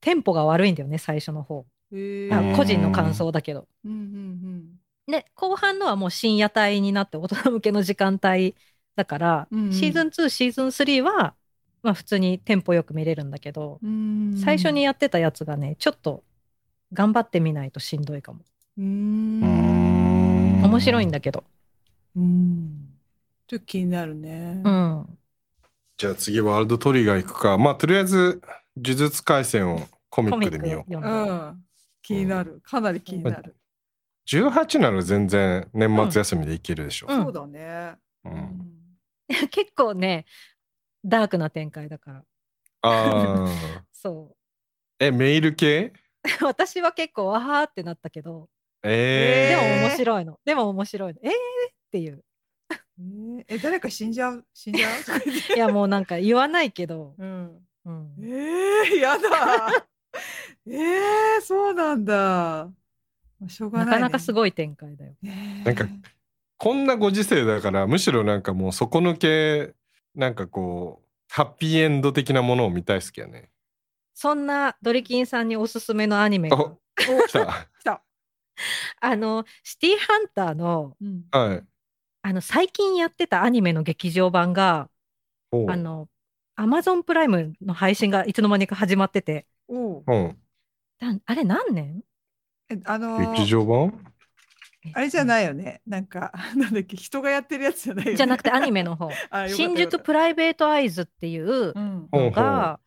Speaker 2: テンポが悪いんだよね最初の方
Speaker 1: へえ
Speaker 2: あ
Speaker 3: うん
Speaker 2: 個人の感想だけど。
Speaker 1: うんうん
Speaker 2: で後半のはもう深夜帯になって大人向けの時間帯だから、
Speaker 1: うんうん
Speaker 2: シーズン2シーズン3は、まあ、普通にテンポよく見れるんだけど、
Speaker 1: うんうん
Speaker 2: 最初にやってたやつがねちょっと頑張ってみないとしんどいかも
Speaker 1: う
Speaker 3: うんん
Speaker 2: 面白いんだけど、
Speaker 1: うんちょっと気になるね
Speaker 2: うん、
Speaker 3: じゃあ次ワールドトリガー行くか。まあとりあえず呪術廻戦をコミ
Speaker 2: コ
Speaker 3: ッ
Speaker 2: ミッ
Speaker 3: ク
Speaker 2: ク
Speaker 3: で見
Speaker 2: 読
Speaker 3: よ
Speaker 2: ん
Speaker 3: う。
Speaker 2: で、
Speaker 1: うん気になるかなり気になる、
Speaker 3: 18なら全然年末休みでいけるでしょ。
Speaker 2: うん
Speaker 1: そうだね
Speaker 3: うん
Speaker 2: 結構ねダークな展開だから
Speaker 3: ああ。
Speaker 2: そ
Speaker 3: えメール系？
Speaker 2: う 私は結構わはーってなったけど
Speaker 3: え
Speaker 2: で
Speaker 3: ー
Speaker 2: も
Speaker 1: えー
Speaker 2: 面白いのでも面白いのえーっていう
Speaker 1: うんえーえ誰か死んじゃう死んじゃう
Speaker 2: いやもうなんか言わないけど、
Speaker 1: うん
Speaker 2: うん
Speaker 1: えー、や だえー、そうなんだまあしょうがな、
Speaker 2: ない
Speaker 1: ね、
Speaker 2: かなかす
Speaker 1: い、
Speaker 2: ごい展開だよ
Speaker 3: なんかこんなご時世だからむしろなんかもう底抜けなんかこうハッピーエンド的なものを見たいっすけどね。
Speaker 2: そんなドリキンさんにおすすめのアニメが
Speaker 3: お来た。
Speaker 1: 来た、
Speaker 2: あのシティーハンターの
Speaker 1: うん
Speaker 3: はい。
Speaker 2: あの最近やってたアニメの劇場版が
Speaker 3: おう
Speaker 2: あの、アマゾンプライムの配信がいつの間にか始まってて、
Speaker 1: おう
Speaker 3: うん。
Speaker 2: だあれ何年
Speaker 1: えあのー
Speaker 3: 劇場版？
Speaker 1: あれじゃ
Speaker 2: い。
Speaker 1: ないよねなんか なんだっけ人がやってるやつじゃないよ、ね、
Speaker 2: じゃなくてアニメの方。
Speaker 1: あよかった
Speaker 2: 新宿
Speaker 1: よか
Speaker 2: プライベートアイズっていう
Speaker 1: ったうん
Speaker 3: ほう
Speaker 2: のが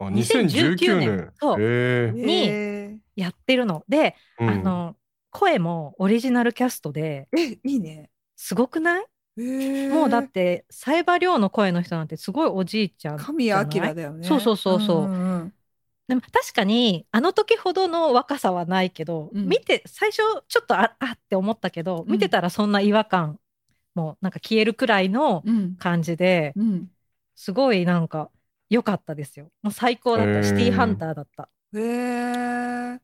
Speaker 3: あ
Speaker 2: 2019
Speaker 3: 2019
Speaker 2: 年
Speaker 3: 年。
Speaker 2: そう
Speaker 3: え
Speaker 2: に
Speaker 1: えー
Speaker 2: やってるので、
Speaker 3: えうん
Speaker 2: あの、声もオリジナルキャストで、
Speaker 1: えいいね、
Speaker 2: すごくない、
Speaker 1: えー、
Speaker 2: もうだって、サイバーの声の人なんてすごいおじいちゃんじゃ
Speaker 1: 神
Speaker 2: ない。
Speaker 1: 谷明だよね
Speaker 2: そうそうそうそうん
Speaker 1: んん
Speaker 2: でも確かにあの時ほどの若さはないけど、
Speaker 1: うん
Speaker 2: 見て最初ちょっとああって思ったけど
Speaker 1: うん
Speaker 2: 見てたらそんな違和感もなんか消えるくらいの
Speaker 1: うん
Speaker 2: 感じで
Speaker 1: うん
Speaker 2: すごいなんか良かったですよもう最高だった、
Speaker 3: へー
Speaker 2: シティーハンターだった
Speaker 1: えー、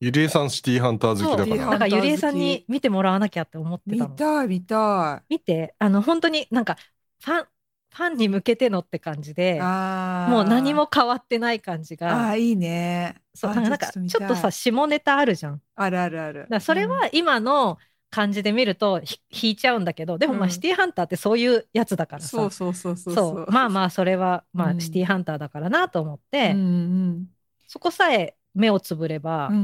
Speaker 3: ゆりえさんシティハンター好き
Speaker 2: そう
Speaker 3: だ
Speaker 1: シティ
Speaker 3: か
Speaker 1: ハ
Speaker 2: だ
Speaker 1: ン
Speaker 3: ら。
Speaker 2: からゆりえさんに見てもらわなきゃって思って
Speaker 1: 見
Speaker 2: たの
Speaker 1: たい見た
Speaker 2: 見てあの本当になんかファンファンに向けてのって感じ
Speaker 1: い
Speaker 2: で
Speaker 1: あー
Speaker 2: もう何も変わってない感じ
Speaker 1: あ
Speaker 2: が
Speaker 1: あいいね
Speaker 2: そう
Speaker 1: あ
Speaker 2: なんか
Speaker 1: 見た
Speaker 2: ちょ
Speaker 1: い
Speaker 2: っとさ下ネタあるじゃん
Speaker 1: あるあるある
Speaker 2: だからそれは今の感じで見るとひ引いちゃうんだけどでもま
Speaker 1: う
Speaker 2: あ
Speaker 1: ん
Speaker 2: シティーハンターってそういうやつだからさ、
Speaker 1: そうそうそうそう
Speaker 2: そうまあまあそれはま
Speaker 1: う
Speaker 2: あ
Speaker 1: ん
Speaker 2: シティーハンターだからなと思って、
Speaker 1: うん
Speaker 2: そこさえ目をつぶれば
Speaker 1: うん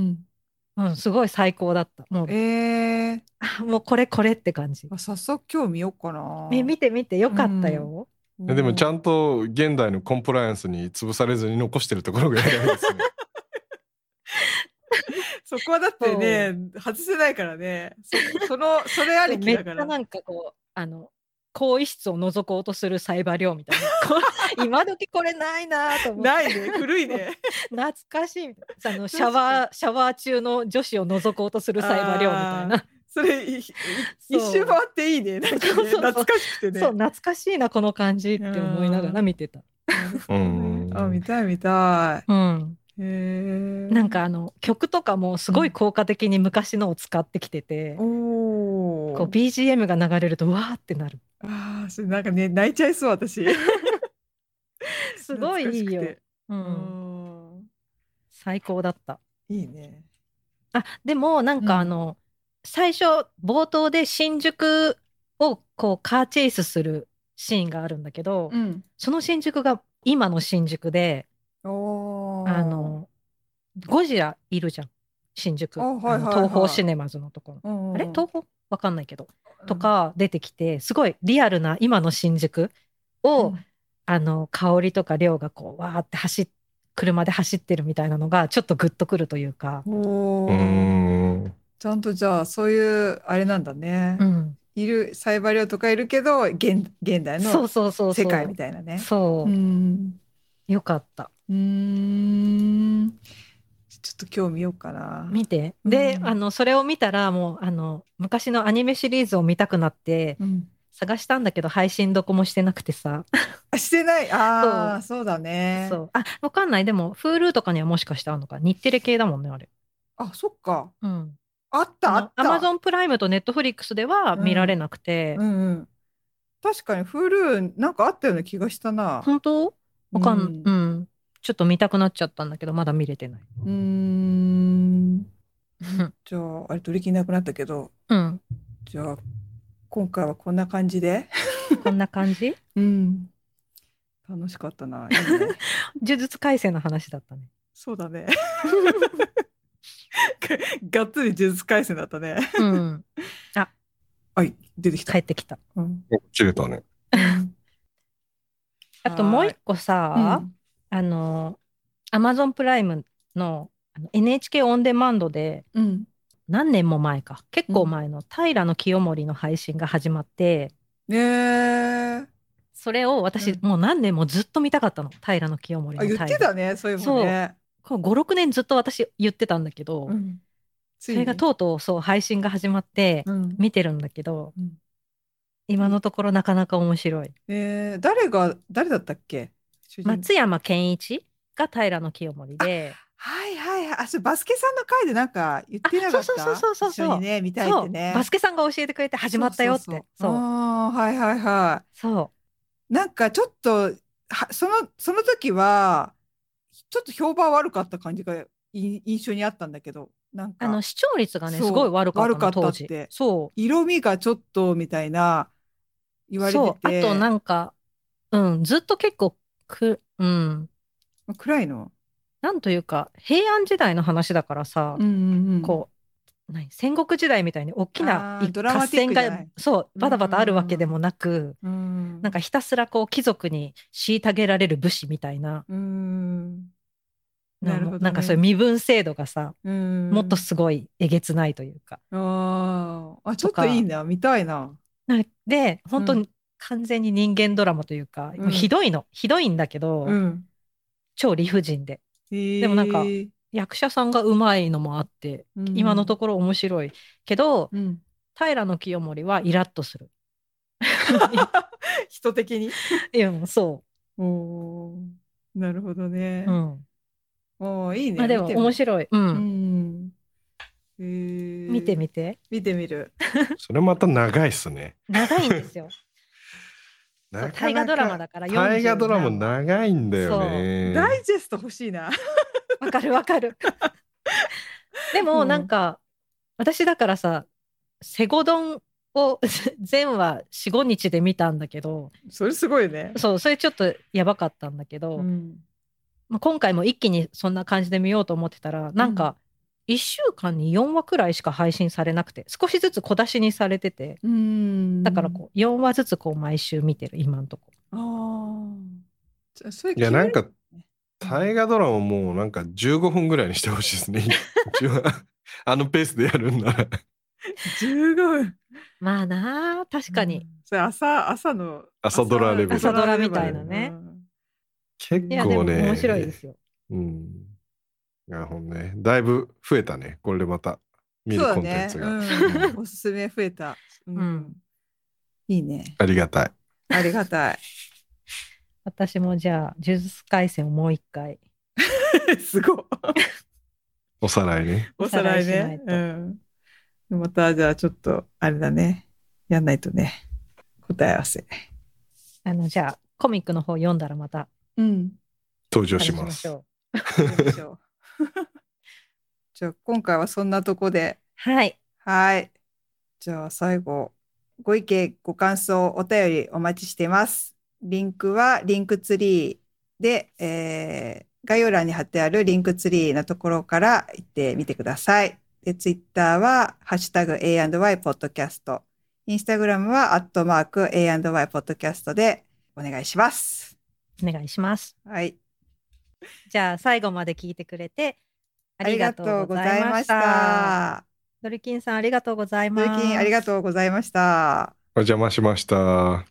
Speaker 1: う、ん
Speaker 2: うんすごい最高だったもう
Speaker 1: えー
Speaker 2: あもうこれこれって感じ
Speaker 1: あ早速今日見ようかな
Speaker 2: え見て見てよかったよ、
Speaker 3: でもちゃ
Speaker 1: ん
Speaker 3: んと現代のコンプライアンスに潰されずに残してるところが偉いですね。
Speaker 1: そこはだってね外せないからねそ そのそれありき
Speaker 2: めっ
Speaker 1: だ
Speaker 2: ち
Speaker 1: か
Speaker 2: ゃ
Speaker 1: ら
Speaker 2: なんかこうあの更衣室を覗こうとするサイバー量みたいなこう 今時これないなと思って
Speaker 1: ないね古い ね
Speaker 2: 懐かしいみたいなあのシャワーシャワー中の女子を覗こうとする裁判量みたいな
Speaker 1: それいい
Speaker 2: そう
Speaker 1: 一周回っていいねなんかね
Speaker 2: そうそうそう
Speaker 1: 懐かしくてね
Speaker 2: そう懐かしいなこの感じって思いながら見てた、
Speaker 3: うん。
Speaker 1: あ見たい見た
Speaker 2: うん、
Speaker 1: いへえ
Speaker 2: なんかあの曲とかもすごい効果的に昔のを使ってきてて、
Speaker 1: おお
Speaker 2: こう BGM が流れるとわーってなる
Speaker 1: ああ、それなんかね、泣いちゃいそう、私。
Speaker 2: すごいいい
Speaker 1: 懐か
Speaker 2: よ、
Speaker 1: しくて
Speaker 2: う、
Speaker 1: うんん。
Speaker 2: 最高だった
Speaker 1: いいね。
Speaker 2: あでもなん
Speaker 1: う
Speaker 2: か
Speaker 1: ん
Speaker 2: あの、最初冒頭で新宿をこうカーチェイスするシーンがあるんだけど、
Speaker 1: ん。
Speaker 2: その新宿が今の新宿で、
Speaker 1: おお。
Speaker 2: あ、の、ゴジラいるじゃん、新宿。
Speaker 1: あ
Speaker 2: あ
Speaker 1: はいはい
Speaker 2: の
Speaker 1: はい
Speaker 2: 東宝シネマズのところ。
Speaker 1: うんうん、
Speaker 2: あれ東宝わかんないけど。とか出てきて、すごいリアルな今の新宿
Speaker 1: うん、
Speaker 2: を、あの、香りとか量がこう、わーって走っ車で走ってるみたいなのがちょっとグッとくるというか、
Speaker 1: おー
Speaker 3: うーん
Speaker 1: ちゃんとじゃあそういうあれなんだね。
Speaker 2: うん、
Speaker 1: いるサイバリオとかいるけど現現代
Speaker 2: そう
Speaker 1: の
Speaker 2: そうそうそう
Speaker 1: 世界みたいなね。
Speaker 2: そう、
Speaker 1: うん
Speaker 2: よかった
Speaker 1: うーんちょっと今日見ようかな。
Speaker 2: 見て
Speaker 1: うん
Speaker 2: で、あのそれを見たらもうあの昔のアニメシリーズを見たくなって
Speaker 1: うん
Speaker 2: 探したんだけど配信どこもしてなくてさ、
Speaker 1: あしてない。ああ、そうだね。
Speaker 2: そうあわかんないでも Hulu とかにはもしかしてあるのか日テレ系だもんねあれ
Speaker 1: あ、そっか。
Speaker 2: うん
Speaker 1: あったあった。
Speaker 2: アマゾンプライムとネットフリックスでは見られなくて、
Speaker 1: うんうん。確かに Hulu なんかあったような気がしたな。
Speaker 2: 本当わかん
Speaker 1: う
Speaker 2: うんん、ちょっと見たくなっちゃったんだけどまだ見れてない
Speaker 1: うーん。じゃあ、あれ取り切れなくなったけど、
Speaker 2: うん
Speaker 1: じゃあ、今回はこんな感じで。
Speaker 2: こんな感じ
Speaker 1: うん。楽しかったな。いいね
Speaker 2: 呪術改正の話だったね
Speaker 1: そうだね。 がっつり呪術廻戦だったね。
Speaker 2: うん
Speaker 1: はい、出てきた。
Speaker 2: 帰ってきた
Speaker 1: うん
Speaker 3: 切れたね
Speaker 2: あともう一個
Speaker 1: は
Speaker 2: さ、
Speaker 1: い
Speaker 2: あのアマゾンプライムのあの NHK オンデマンドで
Speaker 1: うんうん
Speaker 2: 何年も前か結構前の平野清盛の配信が始まって
Speaker 1: ねえ。
Speaker 2: それを私、
Speaker 1: うん
Speaker 2: もう何年もずっと見たかったの平野清盛の
Speaker 1: あ、言っ
Speaker 2: 平
Speaker 1: てたね、そういえばね。
Speaker 2: 56年ずっと私言ってたんだけど、
Speaker 1: うんつ
Speaker 2: そ
Speaker 1: い
Speaker 2: れが
Speaker 1: に
Speaker 2: とうとうそう配信が始まって
Speaker 1: うん
Speaker 2: 見てるんだけど、
Speaker 1: うん
Speaker 2: 今のところなかなか面白い、
Speaker 1: えー誰が誰だったっけ主人
Speaker 2: 松山ケンイチが平野清盛で
Speaker 1: はいはいはいあそれバスケさんの回でなんか言ってなかった
Speaker 2: あそうそうそうそうそう
Speaker 1: 一緒にね見たいっ
Speaker 2: そ
Speaker 1: て
Speaker 2: う
Speaker 1: ね
Speaker 2: バスケさんが教えてくれて始まったよってそう
Speaker 1: そうあーはいはいは
Speaker 2: そう
Speaker 1: いなんかちょっとはそのその時はちょっと評判悪かった感じがい印象にあったんだけどなん
Speaker 2: あの
Speaker 1: か
Speaker 2: 視聴率がね
Speaker 1: そう
Speaker 2: すごい悪かったの
Speaker 1: 悪かった
Speaker 2: 当
Speaker 1: っ
Speaker 2: 時
Speaker 1: て
Speaker 2: そ
Speaker 1: 色味がちょっとみたいな言わ
Speaker 2: う
Speaker 1: れてて
Speaker 2: そうあとなんかうんずっと結構くうん
Speaker 1: 暗いの、
Speaker 2: なんというか平安時代の話だからさ、こう何戦国時代みたいに大きな
Speaker 1: あードラ
Speaker 2: 合
Speaker 1: マティッ
Speaker 2: 戦
Speaker 1: クじゃない
Speaker 2: がそうバタバタあるわけでもなく、
Speaker 1: う、うん、
Speaker 2: なんかひたすらこう貴族に虐げられる武士みたいな
Speaker 1: うんな
Speaker 2: な
Speaker 1: るほどね
Speaker 2: んかそういう身分制度がさ、
Speaker 1: うん
Speaker 2: もっとすごいえげつないというか。
Speaker 1: あーあ、ちょっ
Speaker 2: と
Speaker 1: と
Speaker 2: か
Speaker 1: いいな、見たいな。
Speaker 2: なんで本当に完全に人間ドラマというか、
Speaker 1: うん
Speaker 2: ひどいのひどいんだけど、
Speaker 1: うん。
Speaker 2: 超理不尽で
Speaker 1: で
Speaker 2: でもなんか役者さんがうまいのもあって、今のと
Speaker 1: こ、
Speaker 2: ころ面白いけど
Speaker 1: うん、
Speaker 2: 平野清盛はイラッとする。
Speaker 1: 人的に。
Speaker 2: いやもうそ
Speaker 1: おーなるほどね
Speaker 2: う、う。ん、
Speaker 1: おーいいね。
Speaker 2: まあでも面
Speaker 1: い。
Speaker 2: 白い、う
Speaker 1: うんん。えー
Speaker 2: 見てみて
Speaker 1: 見てみる。
Speaker 3: それまた長いっすね
Speaker 2: 長いんですよ
Speaker 3: なかなか
Speaker 2: 大河ドラマだから
Speaker 3: 大河ドラマ
Speaker 2: 47話
Speaker 3: 長いんだよね
Speaker 1: ダイジェスト欲しいな。
Speaker 2: わかるわかる。で
Speaker 1: う
Speaker 2: も
Speaker 1: ん
Speaker 2: なんか、私だからさセゴドンを 全話45日で見たんだけど
Speaker 1: それすごいね。
Speaker 2: そうそれちょっとやばかったんだけど、
Speaker 1: ん。
Speaker 2: まあ、今回も一気にそんな感じで見ようと思ってたらなんか1週間に4話くらいしか配信されなくて少しずつ小出しにされてて
Speaker 1: うん
Speaker 2: だからこう4話ずつこう毎週見てる今んとこ。
Speaker 1: う。ああ。じゃあそれ
Speaker 3: いやなんか
Speaker 1: ね
Speaker 3: 大河ドラマもうなんか15分ぐらいにしてほしいですね一応あのペースでやるんなら
Speaker 1: 十分。
Speaker 2: まあなあ確かに、
Speaker 1: それ朝、朝の。
Speaker 3: 朝ドラレベル
Speaker 2: 朝ドラみたいなね
Speaker 1: うん
Speaker 3: 結
Speaker 2: いやでも
Speaker 3: 構ね
Speaker 2: 面白いですよ。
Speaker 3: うんなるほどねだいぶ増えたねこれでまた見る
Speaker 1: そうだ
Speaker 3: コンテンツが、
Speaker 1: ね うん、おすすめ増えた、うん
Speaker 2: うん
Speaker 1: いいね
Speaker 3: ありがたい
Speaker 1: ありがたい
Speaker 2: 私もじゃあ呪術廻戦をもう一回
Speaker 1: すごい
Speaker 3: おさらいね
Speaker 1: おさらい
Speaker 2: おさら
Speaker 1: ね
Speaker 2: いし
Speaker 1: う、
Speaker 2: なん
Speaker 1: またじゃあちょっとあれだねやんないとね答え合わせ
Speaker 2: あのじゃあコミックの方読んだらまた
Speaker 1: うん
Speaker 3: 登場
Speaker 2: 話
Speaker 3: し
Speaker 2: し
Speaker 3: ま
Speaker 2: ますしょう。
Speaker 1: どうでし ょうじゃあ今回はそんなとこで
Speaker 2: はい。
Speaker 1: はいじゃあ最後ご意見ご感想お便りお待ちしていますリンクはリンクツリーで、えー概要欄に貼ってあるリンクツリーのところから行ってみてください。で、ツイッターは、ハッシュタグ A&Y ポッドキャスト。インスタグラムは、アットマーク A&Y ポッドキャストでお願いします。
Speaker 2: お願いします。
Speaker 1: はい。
Speaker 2: じゃあ最後まで聞いてくれて
Speaker 1: あ
Speaker 2: あり
Speaker 1: り
Speaker 2: が
Speaker 1: が
Speaker 2: と
Speaker 1: と
Speaker 2: う
Speaker 1: う
Speaker 2: ご
Speaker 1: ご
Speaker 2: ざ
Speaker 1: ざ
Speaker 2: い
Speaker 1: い
Speaker 2: ま
Speaker 1: ま
Speaker 2: し。
Speaker 1: したた。
Speaker 2: ドリキンさんありがとうござい
Speaker 1: ド
Speaker 2: ま
Speaker 1: リ
Speaker 2: す。
Speaker 1: キンありがとうございました。
Speaker 3: お邪魔しました。